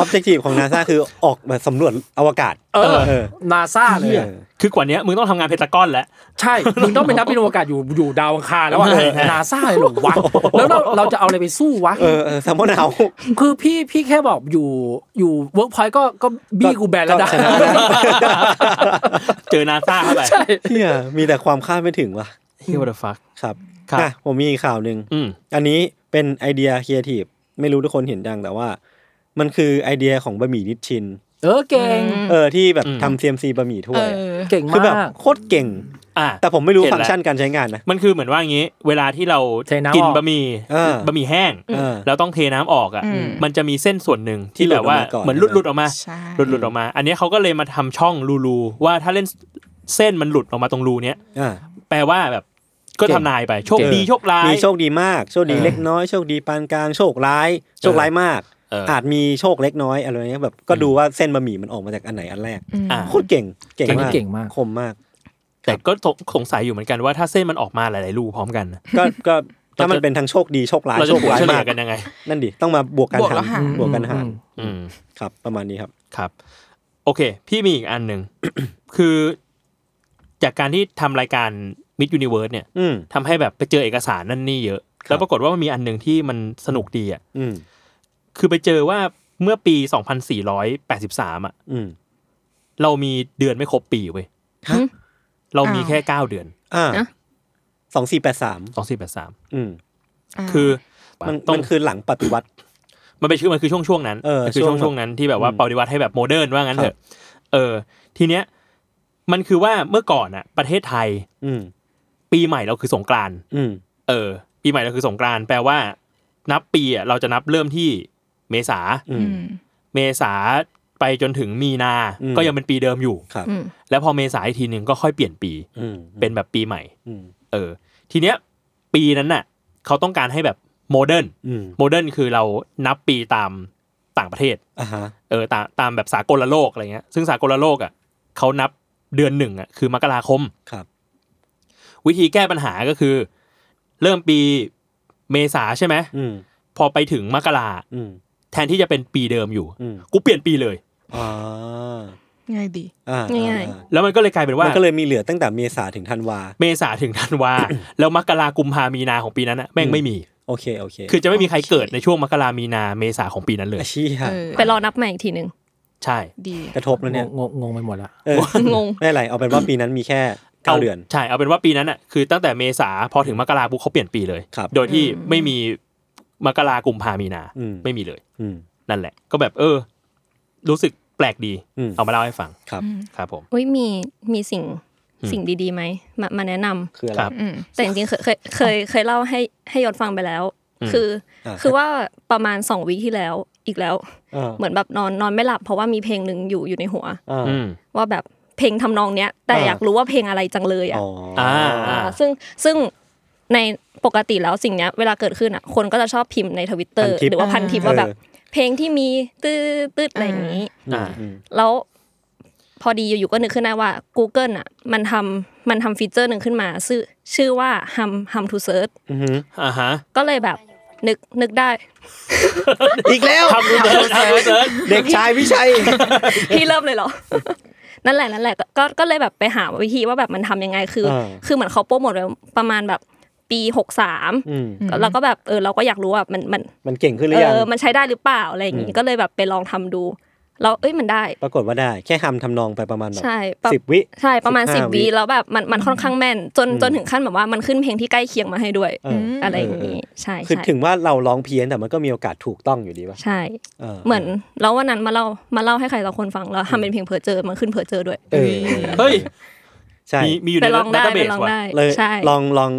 B: objective ของนาซาคือออกมาสำรวจอวกาศ
G: เออ
B: เออ
G: นาซาเลย
B: เอ
G: อะ
B: อ
C: คือกว่าเนี้ยมึงต้องทำงานเพนตากอนแล้ว
G: ใช่ มึงต้องเป็นนักบินอวกาศอยู่อยู่ดาวอังคารแล้วอะ
C: เออ
G: นาซาเลยเหรอวะ แล้วเราเราจะเอาอะไรไปสู้วะ
B: เออเออแซมมอนเอา
G: คือพี่พี่แค่บอกอยู่อยู่เวิร์กพอยต์ก็ก็บี้กูแบนแล้วนะ
B: ก็ชนะแล้วนะ
C: เจอนาซาเข้าไป
G: ใช่
B: เฮียมีแต่ความคาดไม่ถึงว่ะ
C: เฮียวัตฟัก
B: ครับ
C: ครับ
B: อ่ะผมมีอีกข่าวหนึ่ง
C: อืม
B: อันนี้เป็นไอเดียครีเอทีฟไม่รู้ทุกคนเห็นยังแต่ว่า มันคือไอเดียของบะหมี่นิชชิน
G: เออเก่ง
B: เออที่แบบ
C: อืม
B: ทำ CMC บะหมี่ถ้ว
F: เอย อ
G: เก่ง
B: คือแบบ
G: มาก
B: โคตรเก่ง
C: อ่ะ
B: แต่ผมไม่รู้
C: เห็น
B: ฟังก์
C: แล้ว
B: ชันการใช้งานนะ
C: มันคือเหมือนว่าอย่างงี้ เวลาที่เรา
G: เทน้ำออก
C: กินบะหมี่
B: เออบ
C: ะหมี่แห้ง
B: เออ
C: แล้วต้องเทน้ำออกอ่ะ
F: อืม
C: มันจะมีเส้นส่วนหนึ่ง
B: ที่
C: ที่แบบว่า
B: หลุดออกมาก่อน
C: เหมือนหลุดหลุดๆออกมา
F: ใช่
C: หลุดหลุดๆออกมา อันเนี้ยเขาก็เลยมาทำช่องรูรูว่าถ้าเล่นเส้นมันหลุดออกมาตรงรูเนี้ย
B: อ่า
C: แปลว่าแบบก็ทำนายไปโชคดี
B: เออ
C: โชคร้าย
B: มีโชคดีมาก โชคดี
C: เออ
B: เล็กน้อย โชคดีปานกลาง โชคร้าย โชคร้ายมาก
C: เอออ
B: อาจมีโชคเล็กน้อยอะไรเงี้ยแบบก็ดูว่าเส้นบะหมี่มันออกมาจากอันไหนอันแรก
F: อืม
C: อ่ะ
B: โคตรเก่ง เก่ง
G: อันนี้
B: มาก
G: เก่งมาก
B: คมมาก
C: แต่ก็สงสงสัยอยู่เหมือนกันว่าถ้าเส้นมันออกมาหลายๆรูพร้อมกันน่ะ
B: ก็ก็ถ้ามันเป็นทั้งโชคดีโชคร้าย
C: เรา
B: โช
C: จะ
B: ค
C: ถูก
B: ร้าย
C: เฉลี่
B: มาย ก
C: กันยังไง
B: นั่นดิต้องมาบวกกัน
F: บวก
B: หา
F: แล้
B: ร
F: วหาร
B: บวกกันหาร
C: อืม
B: ครับ ประมาณนี้ครับ
C: ครับ โอเค พี่มีอีกอันหนึ่ง คือจากการที่ทำรายการ Mid Universe เนี่ย
B: อืม
C: ทำให้แบบไปเจอเอกสารนั่นนี่เยอะ
B: ครับ
C: แล้วปรากฏว่ามันมีอันหนึ่งที่มันสนุกดีอ่ะ
B: อืม
C: คือไปเจอว่าเมื่อปี 2483 อ่ะ
B: อืม
C: เรามีเดือนไม่ครบปีเว้ย
B: ฮะ
C: เรามีแค่ 9 เดือน
B: อ่า
F: นะ
B: สองสี่แปดสาม
C: 2483
B: อืม
C: คือ
B: มัน
C: ต้อ
B: มั
C: ง
B: นคือหลังปฏิวัติ
C: มันเป็นชื่อมันคือช่วงช่วงๆนั้น
B: เออ
C: มันคือช่วง
B: ช่
C: ช่
B: ว
C: ว
B: ง
C: ง
B: ๆ
C: นั้นที่แบบว่า
B: อืม
C: ปฏิวัติให้แบบโมเดิร์นว่างั้นเถ
B: ครับ
C: อะเออ ทีเนี้ยมันคือว่าเมื่อก่อนอ่ะ ประเทศไทย
B: อืม
C: ปีใหม่เราคือสงกราน
B: อืม
C: เออปีใหม่เราคือสงกรานต์แปลว่า นับปีอ่ะเราจะนับเริ่มที่เมษา
B: อื
F: อื
B: ม
F: ม
C: เมษาไปจนถึงมีนา
B: อืม
C: ก็ยังเป็นปีเดิมอยู่
B: ครับ
E: อืม
C: แล้วพอเมษาอีกทีหนึ่งก็ค่อยเปลี่ยนปี
B: อืม
C: เป็นแบบปีใหม่
B: อืม
C: เออ ทีเนี้ยปีนั้นน่ะเขาต้องการให้แบบโมเดิร์น
B: อืม
C: โมเดิร์นคือเรานับปีตามต่างประเทศ
B: อ่าฮะ
C: เออตามตามแบบสากลโลกอะไรเงี้ยซึ่งสากลโลกอ่ะเขานับเดือนหนึ่งอ่ะคือมกราคม
B: ครับ
C: วิธีแก้ปัญหาก็คือ เริ่มปีเมษาใช่ไหม
B: อืม
C: พอไปถึงมกรา
B: อืม
C: แทนที่จะเป็นปีเดิมอยู่
B: อืม
C: กูเปลี่ยนปีเลย
B: อ่า
F: ง่ายดี
B: อ่า
E: ง่ายๆ
B: อ่
C: แล้วมันก็เลยกลายเป็นว่า
B: มันก็เลยมีเหลือตั้งแต่เมษาถึงธันวา
C: เมษาถึงธันวา แล้วมกรากุมภามีนาของปีนั้นน่ะแม่งไม่มี
B: โอเค โอเค
C: คือจะไม่มีใครเกิดในช่วงมกรามีนาเมษาของปีนั้นเลย
B: อาชีพ
F: เออ
E: ไปรอนับใหม่อีกทีหนึ่ง
C: ใช่
F: ดี
B: กระทบแล้วเนี่ย
G: งงงงไปหมดละ
B: เออง
E: ง
B: ไม่เป็นไรเอาเป็นว่าปีนั้นมีแค่เก้าเดือน
C: ใช่เอาเป็นว่าปีนั้นอ่ะคือตั้งแต่เมษาพอถึงมกราปุ๊บเขาเปลี่ยนปีเลย
B: ครับ
C: โดยที่ไม่มีมกรากุมภามีนา
B: อืม
C: ไม่มีเลย
B: อืม
C: นั่นแหละ ก็แบบเออ รู้สึกแปลกดี
B: อืม
C: เอามาเล่าให้ฟัง
B: ครับ
C: ครับผม
E: อุ้ยมีมีสิ่ง
C: อืม
E: สิ่งดีๆไหมมามาแนะนำ
B: คืออะไร
C: ครับ
F: อืม
E: แต่จริงๆเคยเคยเคยเคยเล่าให้ให้ยศฟังไปแล้ว
C: อืม
E: คือ
B: อ่า
E: คือว่าประมาณสองวีคที่แล้วอีกแล้ว
B: อ่า
E: เหมือนแบบนอนนอนไม่หลับ เพราะว่ามีเพลงหนึ่งอยู่อยู่ในหัว
B: อ่า
C: อืม
E: ว่าแบบเพลงทำนองเนี้ย แต่
B: อ่า
E: อยากรู้ว่าเพลงอะไรจังเลยอ่ะ
B: อ๋อ
C: อ่า
E: อ่าซึ่งซึ่งในปกติแล้วสิ่งเนี้ยเวลาเกิดขึ้นอ่ะคนก็จะชอบพิมพ์ในทวิตเตอร์หรือว่าพันทิปว่าแบบ เพลงที่มีตืดตืดอะไรอย่างนี้
C: อ่า
B: อืม
E: แล้วพอดีอยู่ๆก็นึกขึ้นได้ว่า Google อ่ะ มันทำมันทำฟีเจอร์หนึ่งขึ้นมาชื่อชื่อว่า hum hum to search
B: อือหือ
C: อ่าฮะ
E: ก็เลยแบบนึกนึกได้
B: อีกแล้ว
C: ทำดูเซิร์ชทำดูเซิร์ช
B: เด็กชายวิชัย
E: พี่เริ่มเลยเหรอ นั่นแหละนั่นแหละก็ก็ก็เลยแบบไปหาวิธีว่าแบบมันทำยังไงคือ
B: อ่า
E: คือเหมือนเขาโปรโมทไว้ประมาณแบบปีหกสาม
B: อืม
E: แล้วก็แบบเออเราก็อยากรู้ว่ามันมัน
B: มันเก่งขึ้นหรื
E: เอ
B: อยัง
E: อมันใช้ได้หรือเปล่าอะไรอย่าง
B: อื
E: งี้
B: ม
E: ก็เลยแบบไปลองทำดูแล้วเอ้ยมันได้
B: ปรากฏว่าได้ แค่ทำทำนองไปประมาณแบบ
E: ใช่ปะ
B: สิบวิ
E: ใช่ประมาณสิบ
B: 15วิ
E: วีแล้วแบบมันมันค่อนข้างแม่น จน
B: อืม
E: จนถึงขั้นแบบว่ามันขึ้นเพลงที่ใกล้เคียงมาให้ด้วย
B: เออ
E: อะไรอย่างนี้ใช่
B: คือ
E: ใช่
B: ถึงว่าเราร้องเพี้ยนแต่มันก็มีโอกาสถูกต้องอยู่ดีป่ะ
E: ใช่ เหมือนแล้ววันนั้นมาเล่ามาเล่าให้ใครต่อคนฟังแล้วทำเป็นเพลงเพอเจอมันขึ้นเพอเจอด้วย
B: เออ
C: เฮ้ย
B: ใช่
C: มีมีอยู่
E: ไป
C: ใน
E: ลองได้
C: ดัตเตอร์เบส
E: ไปลอง
C: ว่ะ
E: ได้
B: เลย
E: ใช่
B: ลองลอง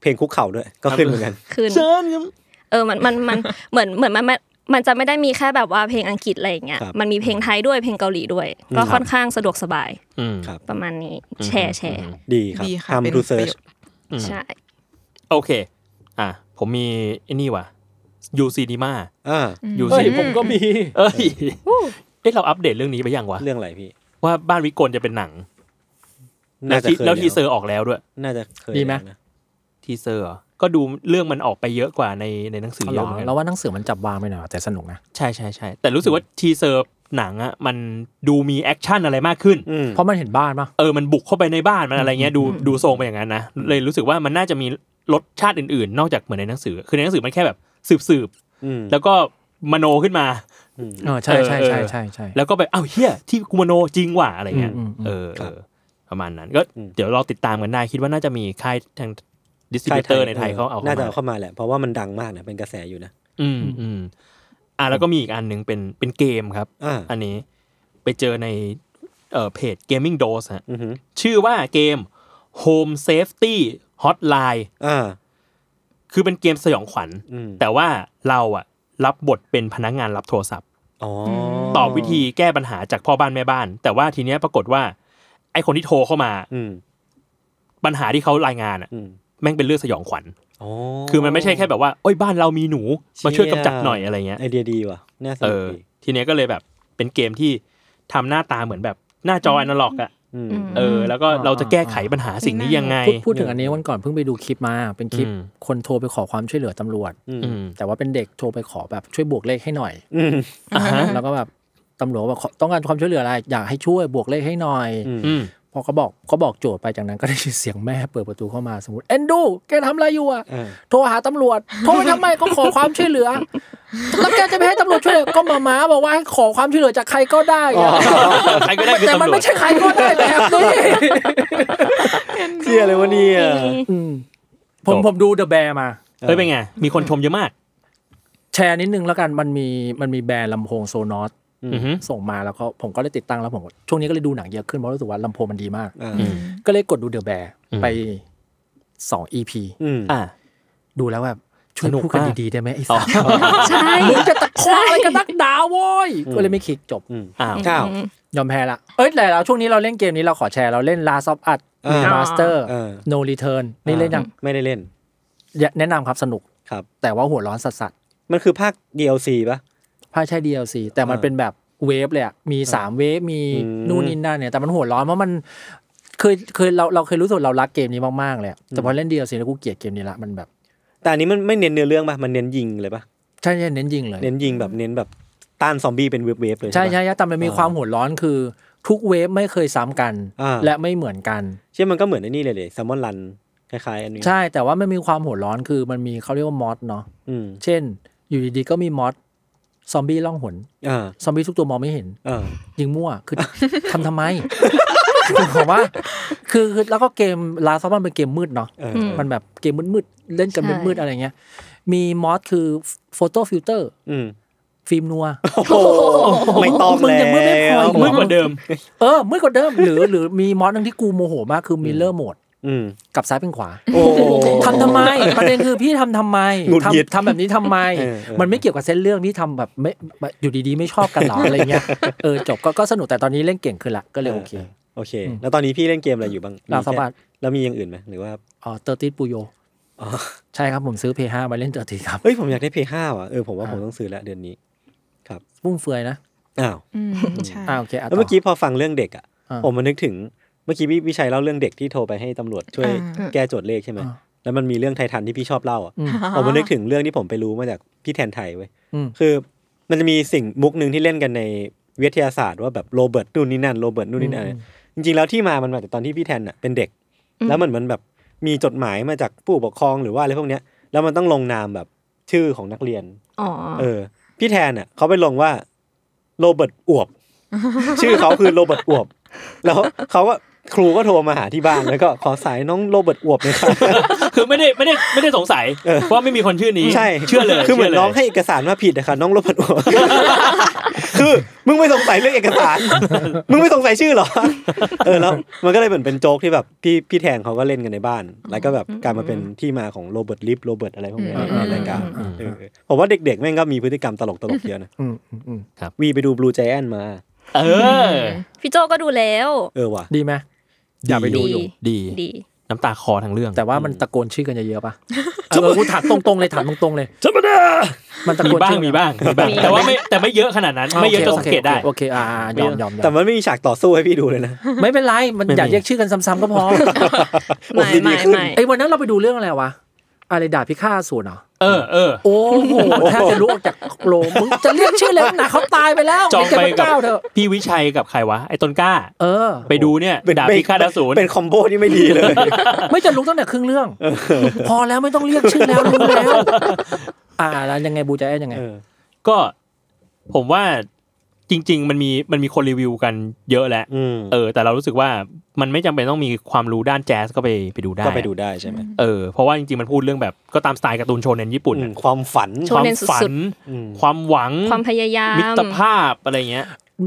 B: เพลงคุกเข่าด้วย ก็ขึ้นเหมือนกัน
E: ขึ้น เออมันมันมันเหมือนเหมือนมันมันมันจะไม่ได้มีแค่แบบว่าเพลงอังกฤษอะไรอย่างเงี้ย
B: ครับ
E: มันมีเพลงไทยด้วยเพลงเกาหลีด้วย
B: ค
E: ก็
B: รับ
E: ค่อนข้างสะดวกสบาย
C: อืม
B: ครับ
E: ประมาณนี้แชร์แชร์
B: ดีครับ
F: ดีค่ะ
B: ทำ
F: เป็น
B: r ูเซิร์ช
C: อืม
E: ใช่
C: โอเค อ่ะ ผมมีไอ้นี่ว่ะยูซีนีมา
B: อ่า
C: ยู
G: เฮ้
C: ซี
G: ยผมก็มี
C: เอ้ยเอ๊ะเราอัปเดตเรื่องนี้ไปยังวะ
B: เรื่องอะไรพี่
C: ว่าบ้านวิกลจะเป็นหนัง
B: น่าจะ
C: แล้วทีแล้วที
B: เคย
C: เซอร์ออกแล้วด้วย
B: น่าจะเคย
G: ดีไหม
B: นะ
C: ทีเซอร์เหรอก็ดูเรื่องมันออกไปเยอะกว่าในในหนังสือ
G: เอา
C: เย
G: เหร
C: อะเห
G: อ
C: มือนกัน
G: เราว่าหนังสือมันจับวางไปหน่อยแต่สนุกนะ
C: ใช่ใช่ใช่แต่รู้สึกว่าทีเซอร์หนังอ่ะมันดูมีแอคชั่นอะไรมากขึ้น
B: อืม
G: เพราะมันเห็นบ้านปะ
C: เออ มันบุกเข้าไปในบ้านมันอะไรเงี้ยดูดูทรงไปอย่างนั้นนะ เลยรู้สึกว่ามันน่าจะมีรสชาติอื่นๆ นอกจากเหมือนในหนังสือ คือในหนังสือมันแค่แบบสืบสืบ
B: อืม
C: ๆแล้วก็มโนขึ้นมา
G: เออใช่ใช่ใช่ใช่ใช่
C: แล้วก็ไปอ้าวเฮียที่กูมโนจริงว่ะอะไรเงี้ย
G: อืมอืมอืม
C: เออเออประมาณนั้นก็เดี๋ยวรอติดตามกันได้คิดว่าน่าจะมีค่ายทางดิสติบิวเตอร์ในไทยเขาเอาเข้า
B: น่าจะ
C: มา
B: เอาเข้ามาแหละ เพราะว่ามันดังมากนะเป็นกระแสอยู่นะ
C: อืมอืมอ่ะแล้วก็มีอีกอันหนึ่งเป็นเป็นเกมครับ
B: อ่า
C: อันนี้ไปเจอในเอ่อเพจ Gaming Dose ฮะ
B: อือหือ
C: ชื่อว่าเกม Home Safety Hotline
B: อ่า
C: คือเป็นเกมสยองขวัญ
B: อืม
C: แต่ว่าเราอะรับบทเป็นพนักงานรับโทรศัพท์
B: อ๋อ
C: ตอบวิธีแก้ปัญหาจากพ่อบ้านแม่บ้าน แต่ว่าทีเนี้ยปรากฏว่า ไอคนที่โทรเข้ามา
B: อืม
C: ปัญหาที่เขารายงานอะ
B: อืม
C: แม่งเป็นเรื่องสยองขวัญ
B: อ๋อ
C: คือมันไม่ใช่แค่แบบว่าโอ้ยบ้านเรามีหนู มาช่วยกำจัดหน่อยอะไรเงี้ย
B: ไอเดียดีว่ะ น่าส
C: เอ
B: นุก
C: อ
B: ดี
C: ทีเนี้ยก็เลยแบบเป็นเกมที่ทำหน้าตาเหมือนแบบหน้าจออนาล็อกอะ
B: ม
E: อืม
C: เออ แล้วก็เราจะแก้ไขปัญหาสิ่งนี้ยังไง
G: พูดพูดถึงอันนี้วันก่อนเพิ่งไปดูคลิปมา เป็นคลิป
C: อืม
G: คนโทรไปขอความช่วยเหลือตำรวจ
C: อืม
G: แต่ว่าเป็นเด็กโทรไปขอแบบช่วยบวกเลขให้หน่อย
B: อืม
G: แล้วก็แบบตำรวจบอกขอต้องการความช่วยเหลืออะไรอยากให้ช่วยบวกเลขให้หน่อย
B: อืม
C: อืม
G: พอเขาบอกเขาบอกโจทย์ไปจากนั้นก็ได้ยินเสียงแม่เปิดประตูเข้ามาสมมติเอ็นดูแกทำอะไรอยู่อะ
B: เออ
G: โทรหาตำรวจโทรไปทำไมก็ขอความช่วยเหลือแล้วแกจะไปให้ตำรวจช่วยเหลือก็มาม้าบอกว่าให้ขอความช่วยเหลือจากใครก็ได้อะ
C: ใครก็ได้คือ
G: แต่มัน
C: ตำรว
G: ไม่
C: จ
G: ใช่ใครก็ได้แบบนี้
B: เชี่ยเลยวะเนี่ย
G: อืมผมผมดูเดอะแบร์มา
C: เฮ้ยเป็นไง มีคนชมเยอะมาก
G: แชร์นิดนึงแล้วกันมันมีมันมีแบรนด์ลำโพงโซนอส
C: อือฮึ
G: ส่งมาแล้วก็ผมก็เลยติดตั้งแล้วผมก็ช่วงนี้ก็เลยดูหนังเยอะขึ้นเพราะรู้สึกว่าลำโพงมันดีมาก
B: อ่า
C: อืม
G: ก็เลยกดดูเดอะแบร์
C: อืม
G: ไปสองอีพี
B: อืม
C: อ่า
G: ดูแล้วแบบช่วย
C: สนุก
G: พูดกัน
C: มาก
G: ดีๆได้ไหมไอ้สัส
E: ใช่
G: มึงจะตะค อกอะไรกันนักดาโว้ยก็เลยไม่คลิกจบ
B: อืม
C: อ้าว
B: ข้าว
G: ยอมแพ้ละ เอ้ยแต่เราช่วงนี้เราเล่นเกมนี้เราขอแชร์เราเล่น Last of Us
B: อ่า
G: Remaster
B: เออ
G: No Return นี่เล่นยัง
B: ไม่ได้เล่น
G: แนะนำครับสนุก
B: ครับ
G: แต่ว่าหัวร้อนสัสๆ
B: มันคือภาค DLC ปะ
G: ภาคใช่ DLC แต่มัน
B: อ่า
G: เป็นแบบเวฟเลยอะมีสามเวฟมี
B: อืม
G: นู่นนี่นั่นเนี่ยแต่มันหัวร้อนเพราะมันเคยเคยเราเราเคยรู้สึกเรารักเกมนี้มากๆเลยอะแต่พอเล่น DLC แล้วกูเกลียดเกมนี้ละมันแบบ
B: แต่อันนี้มันไม่เน้นเนื้อเรื่องปะมันเน้นยิงเลยปะ
G: ใช่ใช่เน้นยิงเลย
B: เน้นยิงแบบเน้นแบบต้านซอมบี้เป็นเวฟเวฟๆเลย
G: ใช่
B: ปะ
G: ใช่ใช่แต่มันมีความหัวร้อนคือทุกเวฟไม่เคยซ้ำกัน
B: อ่า
G: และไม่เหมือนกัน
B: เชี่ยมันก็เหมือนไอ้นี่เลยเลยแซมมอนรันคล้ายๆ อันนี้
G: ใช่แต่ว่ามันมีความหัวร้อนคือมันมีเขาเรียกว่ามอสเนาะ
B: อืม
G: เช่น อยู่ดีๆก็มีมอสซอมบี้ล่องหน
B: อ่า
G: ซอมบี้ทุกตัวมองไม่เห็น
B: อ่า
G: ยิงมั่ว คือ ทำทำไมคือผมว่า คือคือแล้วก็เกมลาซอมันเป็นเกมมืดเนาะ
B: เออ
G: มันแบบเกมมืดๆเล่นกันมืดๆอะไรเงี้ย มีมอสคือโฟโต้ฟิลเตอร์
B: อืม
G: ฟิล์มนัว
B: โอ้โหไม่ต้อง
G: มึง
B: แล้ว
G: ยังมืดไม่พออีกเหรอ
C: มืดกว่าเดิม
G: เออมืดกว่าเดิม หรือหรือมีมอสหนึงที่กูโมโหมากคือมิเลอร์โหมด
B: อืม
G: กับซ้ายเป็นขวา
B: โอ้โห
G: ทำทำไม ประเด็นคือพี่ทำทำไม
B: หงุดหงิด
G: ทำทำแบบนี้ทำไม
B: เออเออ
G: มันไม่เกี่ยวกับเส้นเรื่องที่ทำแบบไม่อยู่ดีๆ ไม่ชอบกันหรออะไรเงี้ยเออจบก็ก็สนุกแต่ตอนนี้เล่นเก่งขึ้นละก็เลยโอเค
B: โอเค แล้วตอนนี้พี่เล่นเกมอะไรอยู่บ้าง
G: ลาซาบัส
B: แล้วมีอย่างอื่นไหมหรือว่า
G: อ๋อเตอร์ติสปูโย
B: อ๋อ
G: ใช่ครับผมซื้อ P5 มาเล่นเตอร์ติครับ
B: เอ้ยผมอยากได้เพย์ห้าว่ะเออผมว่าผมต้องซื้อแล้วเดือนนี้
G: ฟุ่มเฟือยนะ
B: อ้าว
F: อืมใช่
G: อ่าโอเคอ่ะ
B: แล้
G: ต่
B: วเมื่อกี้พอฟังเรื่องเด็กอ่ะ
G: อ่า
B: ผมมานึกถึงเมื่อกี้พี่วิชัยเล่าเรื่องเด็กที่โทรไปให้ตำรวจช่วยแก้โจทย์เลขใช่ไหม
G: อ่า
B: แล้วมันมีเรื่องไททันที่พี่ชอบเล่าอ่ะ
G: อืม
B: ผมมานึกถึงเรื่องที่ผมไปรู้มาจากพี่แทนไทยเว้ย
G: อืม
B: คือมันจะมีสิ่งมุกหนึ่งที่เล่นกันในวิทยาศาสตร์ว่าแบบโรเบิร์ตนู่นนี่นั่นโรเบิร์ตนู่นนี่นั่นจริงๆแล้วที่มามันมาจากตอนที่พี่แทนอ่ะเป็นเด็ก แล้วมันเหมือนแบบมีจดหมายมาจากผู้ปกครองหรือว่าอะไรพวกเนี้ยแล้วมันต้องลงนามแบบชื่อของนักเรียน
E: อ๋อ
B: เออพี่แทนอ่ะเขาไปลงว่าโรเบิร์ตอวบ ชื่อเขาคือโรเบิร์ตอวบ แล้วเขาก็ครูก็โทรมาหาที่บ้านแล้วก็ขอสายน้องโรเบิร์ตอวบหนะครับ
C: คือไม่ได้ไม่ได้ไม่ได้สงสัยว่าไม่มีคนชื่อนี้
B: ใช่
C: เชื่อเลย
B: คือเหมือน
C: ชื่ลย
B: น้องให้เอกสารมาผิดนะคะน้องลบ ผันหัวคือมึงไม่สงสัยเรื่องเอกสาร มึงไม่สงสัยชื่อเหรอ เออแล้วมันก็เลยเหมือนเป็นโจ๊กที่แบบพี่พี่แทงเขาก็เล่นกันในบ้าน แล้วก็แบบกลายมาเป็นที่มาของโรเบิร์ตลิฟโรเบิร์ตอะไรพวกนี้
F: อืม
B: ในรายการเออผมว่าเด็กๆแม่งก็มีพฤติกรรมตลกๆเยอะนะ
G: อืมอืมอืม
B: วีไปดูบลูแจนมา
C: เออ
E: พี่โจก็ดูแล้ว
B: เออว่ะ
G: ดีไหม
C: อยากไปดูอยู่ ดี
E: ดี
C: น้ำตาคอทั้งเรื่อง
G: แต่ว่ามันตะโกนชื่อกันเยอะๆป่ะเออกูถามตรงๆเลยถามตรงๆเลย
C: ธรรมดา
G: มันตะ
C: มี
G: โกน
C: บ้าง
G: ชื่อ
C: มีบ้างมีบ้าง
E: มี
C: แต่ว่าไม่แต่ไม่เยอะขนาดนั้น ไม่เยอะจนสังเกตได้
G: โอเคโอเคโอเคอ่ายอมยอมยอม
B: แต่มันไม่มีฉากต่อสู้ให้พี่ดูเลยนะ
G: ไม่เป็นไรมัน
C: ไม่มี
G: อย่าเรียกชื่อกันซ้ำๆก็พอ
E: ไม่ไม่ไม่
G: ไอ้วันนั้นเราไปดูเรื่องอะไรวะอะไรด่าพิฆาตอสูนเหรอ
C: เออเออ
G: โอ้โหแทบจะลุกออกจากโรงมึงจะเรียกชื่อแล้วนะเขาตายไปแล้ว
C: จองไป
G: ม่
C: กั
G: เจ้าเถ
C: บ
G: อะ
C: พี่วิชัยกับใครวะไอ้ต้นกล้า
G: เออ
C: ไปดูเนี่ย
B: เป็น
C: ดาบพิฆาตอสูร
B: เป็นคอมโบที่ไม่ดีเลย
G: ไม่จะลุกตั้งแต่ครึ่งเรื่อง พอแล้วไม่ต้องเรียกชื่อแล้วรู้แล้ว อ่าแล้วยังไงบูจะแอนยังไง
B: เออ
C: ก็ผมว่าจริง ๆ มันมีมันมีคนรีวิวกันเยอะแหละ
B: อืม
C: เออ แต่เรารู้สึกว่ามันไม่จำเป็นต้องมีความรู้ด้านแจ๊สก็ไปไปดูได้
B: ก็ไปดูได้ใช่ไหม
C: เออเพราะว่าจริงๆมันพูดเรื่องแบบก็ตามสไตล์การ์ตูนโชเนนญี่ปุ่น
B: อืม
C: น่ะ
B: ความฝัน
E: โช
C: ความ
E: เนนสุ
C: ฝั
E: ด
C: น
B: อืม
C: ความหวัง
E: ๆ ความพยายาม
C: มิตรภาพอะไรเงี้ย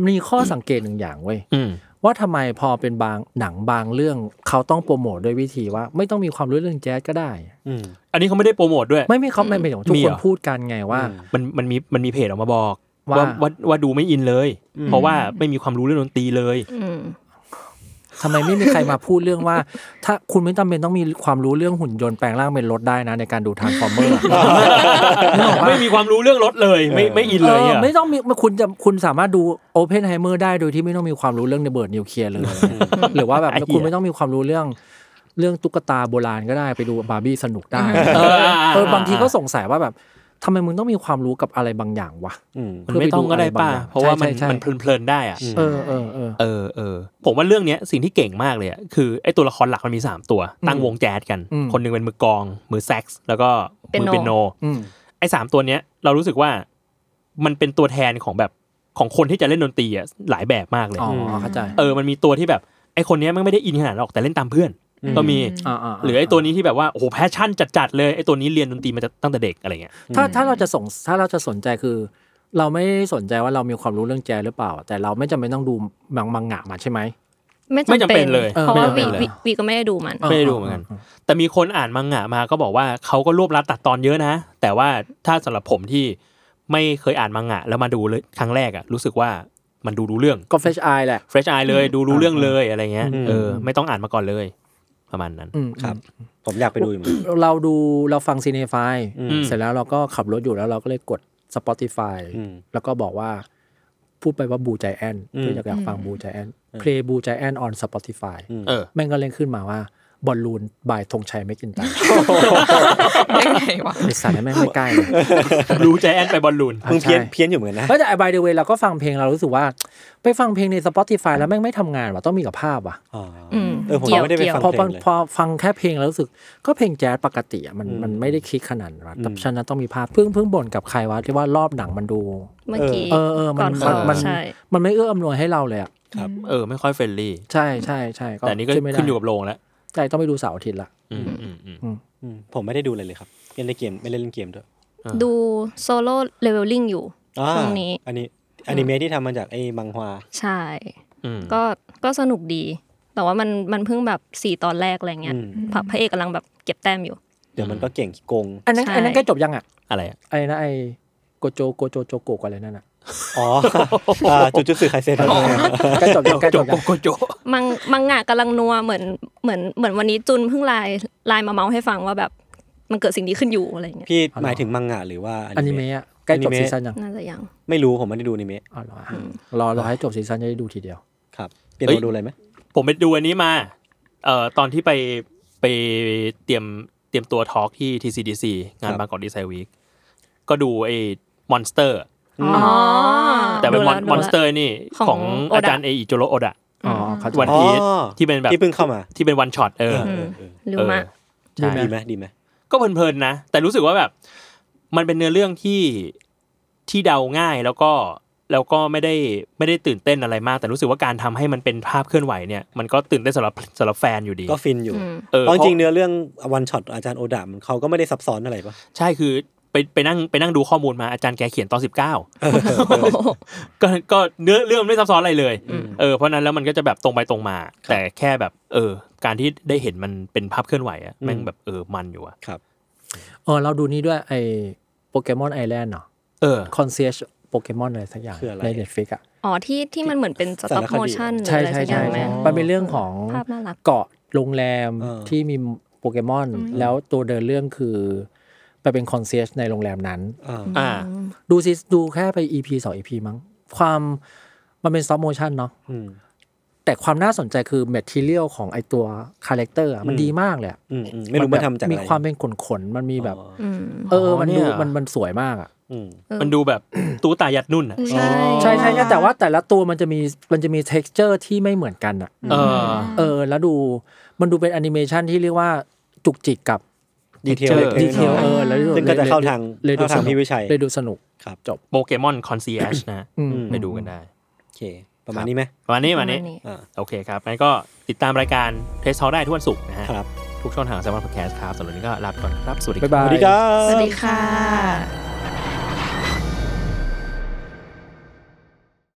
G: มีข้อสังเกตหนึ่งอย่างเว้ย
C: อืม
G: ว่าทำไมพอเป็นบางหนังบางเรื่องเขาต้องโปรโมทด้วยวิธีว่า ไม่ต้องมีความรู้เรื่องแจ๊สก็ได้
B: อืม
C: อันนี้เขาไม่ได้โปรโมทด้วย
G: ไม่ไม่เขาไม่เป็นของทุก
C: มี
G: ค
C: เหร
G: น
C: อ
G: พูดกันไงว่า
C: มันมันมีมันมีเพจออกมาบอก
G: ว่า
C: ว่าว่าว่าดูไม่อินเลย เพราะว่าไม่มีความรู้เรื่องดนตรีเลย
E: อืม
G: ทำไมไม่มีใครมาพูดเรื่องว่า ถ้าคุณไม่จำเป็นต้องมีความรู้เรื่องหุ่นยนต์แปลงร่างเป็นรถได้นะ ในการดูทางฟอร์เมอร์
C: ไม่มีความรู้เรื่องรถเลย ไม่ไม่อินเลยอ่ะ
G: ไม่ต้องมีคุณจะคุณสามารถดูโอเพนไฮเมอร์ได้โดยที่ไม่ต้องมีความรู้เรื่องระเบิดนิวเคลียร์เลย หรือว่าแบบคุณไม่ต้องมีความรู้เรื่อง เรื่องตุ๊กตาโบราณก็ได้ไปดูบาร์บี้สนุกได้
C: เออ
G: เออบางทีก็สงสัยว่าแบบทำไมมึงต้องมีความรู้กับอะไรบางอย่างวะ
B: อืม
C: มันไม่ต้องก็ได้ป่ะ เพราะว่ามัน
G: ใช่ใช่
C: มันเพลินๆได้อ่ะ
G: เออเออเออ
C: เออเออผมว่าเรื่องเนี้ยสิ่งที่เก่งมากเลยอ่ะคือไอ้ตัวละครหลักมันมี 3 ตัว ตั้งวงแจ๊สกัน คนหนึงเป็นมือกลอง มือแซกซ์แล้วก็มือเปียโน
G: อืม
C: ไอ้สามตัวเนี้ยเรารู้สึกว่ามันเป็นตัวแทนของแบบของคนที่จะเล่นดนตรีอ่ะหลายแบบมากเลย
G: อ๋อเข้าใจ
C: เออ มันมีตัวที่แบบไอ้คนเนี้ยมันไม่ได้อินขนาดนั้นหรอกแต่เล่นตามเพื่อน ก็มี
G: อ่าา
C: หรือไอ้ตัวนี้ที่แบบว่า โอ้โห แพชชั่นจัด ๆ เลยไอ้ตัวนี้เรียนดนตรีมาตั้งแต่เด็กอะไรเงี้ย
G: ถ้าถ้าเราจะสงถ้าเราจะสนใจคือ เราไม่สนใจว่าเรามีความรู้เรื่องแจหรือเปล่า แต่เราไม่จำเป็นต้องดูมังมังงะมาใช่ไหม
E: ไม่
C: ไม่
E: จำ
C: จำเป็
E: เป็น น
C: เลย
E: เพราะว่า
C: ไม่
E: วี
C: จำเป็นเลย
E: วีวีก็ไม่ได้ดูมัน
G: อ่า
C: ไม่ได้ดูเหมือนกัน แต่มีคนอ่านมังงะมาก็บอกว่าเขาก็รวบรัดตัดตอนเยอะนะ แต่ว่าถ้าสำหรับผมที่ไม่เคยอ่านมังงะแล้วมาดูเลยครั้งแรกอะรู้สึกว่ามันดูรู้เรื่อง
G: ก็เฟชไอแหละ
C: เฟรชไอเลยดูรู้เรื่องเลยอะไรเงี้ย
B: อืม
C: เออไม่ต้องอ่านมาก่อนเลย ประมาณนั้น
G: อืม
B: ครับ ผมอยากไปดูอยู่เหมือนกัน
G: เราดูเราฟังซีเนฟาย
B: อืม
G: เสร็จแล้วเราก็ขับรถอยู่แล้วเราก็เลยกด Spotify
B: อืม
G: แล้วก็บอกว่า พูดไปว่าบูใจแอน
B: อืม
G: เพื่ออยากอยากฟังบูใจแอนเพลงบูใจแอนออนสปอติฟาย
C: เออ
G: แม่งก็เล่นขึ้นมาว่าบอลลูนบายธงชัยไม่กินตาย
F: ยัง ไงวะ
G: ไอสารนั้นแม่งไม่ใกล้เลย
C: รู้ใจแอนไปบอลลูน
B: มึงเพี้ยน
G: ใช่
B: เพี้ยนอยู่เหมือนกันนะ
G: เฮ้ยแต่บายเดเวเราก็ฟังเพลงเรารู้สึกว่า ไปฟังเพลงใน Spotify แล้วแม่งไม่ทำงานว่ะต้องมีกับภาพว่ะ
B: อ๋ออ
E: อืม
B: เออผม
E: เกี่ยว
B: ไม่ได้ไป
E: เกี่ยว
B: ฟัง
G: พอฟัง
B: เพลเลย
G: พอฟังแค่เพลงแล้วรู้สึก ก็เพลงแจ๊สปกติอะมัน
B: อืม
G: มันไม่ได้คลิกขนาดนั้นว่ะแต่
B: อืม
G: ฉะนั้นต้องมีภาพเพิ่งเพิ่งบ่นกับใครวะที่ว่ารอบหนังมันดู
E: เมื่อกี้
G: เออเออมั
E: ก่อน น
C: อ
G: มั
E: เข้าน
G: มัน
E: ใช่
G: มันไม่เอื้ออำนวยให้เราเลยอ่ะ
C: เออ ไม่ค่อยเฟรนลี่
G: ใช่ใช่ใช่
C: แต่อันนี้ก็
G: ไม่ได้
C: ขึ้นอยู่กับโรงแล้ว
G: ใช่ต้องไปดูเสาร์อาทิตย์ละ
C: อืมอืมอืม
B: อืมผมไม่ได้ดูอะไรเลยครับเล่นแต่เกมไม่ได้เล่นเกมด้วย
C: อ่า
E: ดูโซโล่เลเวลลิ่งอยู่
B: อ่า
E: ช่วงนี้
B: อันนี้อนิเมะที่ทำมาจากไอ้บังฮวา
E: ใช่
C: อืม
E: ก็ก็สนุกดี แต่ว่ามันมันเพิ่งแบบสี่ตอนแรกอะไรเงี้ย
B: อืม
E: พระพระเอกกำลังแบบเก็บแต้มอยู่
B: เดี๋ยวมันก็เก่งขี้โกง
G: อันนั้น
E: ใช่
G: อันนั้นใกล้จบยังอ่ะ
C: อะไรอะ
G: ไอ้นะไอ้โกโจโกโจโจโกะอะไรนั่นอ่ะ
B: อ๋ออ่าจุดจุดสื่อไคเซ็น
G: ใกล้จบยังใกล้จบยัง
C: โกโจ
E: มังมังงะกำลังนัวเหมือนเหมือนเหมือนวันนี้จุนเพิ่งไลน์ไลน์มาเมาส์ให้ฟังว่าแบบมันเกิดสิ่งนี้ขึ้นอยู่อะไรเงี้ย
B: พี่หมายถึงมังงะหรือว่า
G: อ
B: อ
G: นิ
B: นิ
G: เมะ
B: เมะ
G: อะใกล้จบ
B: อนิเมะ
G: ซีซั่นยัง
E: น่าจะยัง
B: ไม่รู้ผมไม่ได้ดูอนิเมะ
G: อ๋อเหรออ่ะรอรอให้จบซีซั่นจะได้ดูทีเดียว
B: ครับเปลี่ยน
C: เอ้ย
B: มาดูอะไรไหม
C: ผมไปดูอันนี้มา เอ่อตอนที่ไปไปเตรียมเตรียมตัวทอล์กที่ TCDC งานบางกอกดีไซน์วีคก็ดูไอ้มอนสเตอร์
E: อ๋อ
C: แต่เป็น
E: ดูละ
C: มอนสเตอ
E: ดูละ
C: ร์นี่
E: ของ
C: ของ
E: โอดะ
C: อาจารย์เออิโจโรโอดะ
G: อ๋อเขาใจ
C: วัน
G: ละ
C: พีช
B: อ๋อ
C: ที่เป็นแบบ
B: ที่เพิ่งเข้ามา
C: ที่เป็นวันช็อตเออ
B: เออเออ
E: หรือ
C: เออ
E: มะ
C: ใช่
B: ดีไหมดีไหม
C: ก็เพลินๆนะ แต่รู้สึกว่าแบบ มันเป็นเนื้อเรื่องที่ที่เดาง่ายแล้วก็ แล้วก็ไม่ได้ไม่ได้ตื่นเต้นอะไรมาก แต่รู้สึกว่าการทำให้มันเป็นภาพเคลื่อนไหวเนี่ยมันก็ตื่นเต้นสำหรับสำหรับแฟนอยู่ดี
B: ก็ฟินอยู่
E: อืม
C: เออ
B: เพราะจริงๆ
C: เพราะ
B: เนื้อเรื่องวันช็อตอาจารย์โอดามนเขาก็ไม่ได้ซับซ้อนอะไรปะ
C: ใช่คือไปไปนั่งไปนั่งดูข้อมูลมาอาจารย์แกเขียนตอนสิบ เก้า ก็ก็เนื้อเรื่องไม่ซับซ้อนอะไรเลยเออเพราะนั้นแล้วมันก็จะแบบตรงไปตรงมา แต่แค่แบบเออ การที่ได้เห็นมันเป็นภาพเคลื่อนไหวอะแม่งแบบเออมันอยู่อะ
B: ครับ
G: เออเราดูนี่ด้วยไอโปเกมอนไอแลนด์เนาะ
C: เออ
G: คอนเซียชโปเกมอนอะไรสักอย่าง
B: คืออะไร
G: ในเน็ตฟิกอะ
E: อ๋อที่ที่มันเหมือนเป็นสต็อปโมชั่นหรือ
G: ใช่
E: อะไร
G: ใช่
E: สักอ
G: ใช่
E: ย่างไหม
G: ใช่มันเป็นเรื่องของ
E: ภาพน่ารัก
G: เกาะโรงแรม
B: เออ
G: ที่มีโปเกมอน แล้วตัวเดินเรื่องคือไปเป็นคอนเซียชในโรงแรมนั้น
B: อ่า
C: อ่า
G: ดูซิดูแค่ไป EP สอง EP มั้งความมันเป็นซอฟโมชั่นเนาะ
B: อืม
G: แต่ความน่าสนใจคือแมทเทียลของไอตัวคาแรคเตอร์มัน
B: อืม
G: ดีมากเลยอะ
B: อืมอืมไม่รู้มันทำจากอะไร
G: มีความเป็นขนขนๆมันมีแบบ
B: อ๋อ
E: อืม
G: เออ
C: อ๋อ
G: มัน
C: เนี่
G: ดู
C: ย
G: มันมันสวยมากอ่ะ
B: อืม
C: มันดูแบบ ตู้ตายัดนุ่นอะ
E: ใช่
G: ใช่ใช่ใช่แต่ว่าแต่ละตัวมันจะมีมันจะมี t e x t อร์ที่ไม่เหมือนกันอ่ะ
C: เออ
G: เออ แล้วดูมันดูเป็นแอนิเมชันที่เรียกว่าจุกจิกกับ
B: ดีเทล
C: Picture
B: เล็กๆ
G: ดีเทล
B: น้อยๆ
G: เออแล้วดู
B: ซึ่งก็จะเข้าทาง
G: เลยดู
B: เข้าทาง
G: สนุก
B: พี่วิชัย
G: เลยดูสนุก
B: ครับ
C: โปเกมอนคอนซีแอชนะ
G: อืม
C: ไปดูกันได้
B: โอเค ประมาณนี้ไหม
C: ประมาณนี้ประ
E: วั
C: มาณนี้
B: อ่า
C: โอเคครับงั้นก็ติดตามรายการเทสทอได้ทุกวันศุกร์นะฮะ
B: ครับ
C: ทุกช่องทางสำหรับพอดแคสต์ครับสำหรับวันนี้ก็ลาไปก่อนครับสวัสดีครับ
G: บ๊าย
B: ส
G: บาย
B: วัสดีครับ
E: สวัสดีค่ะ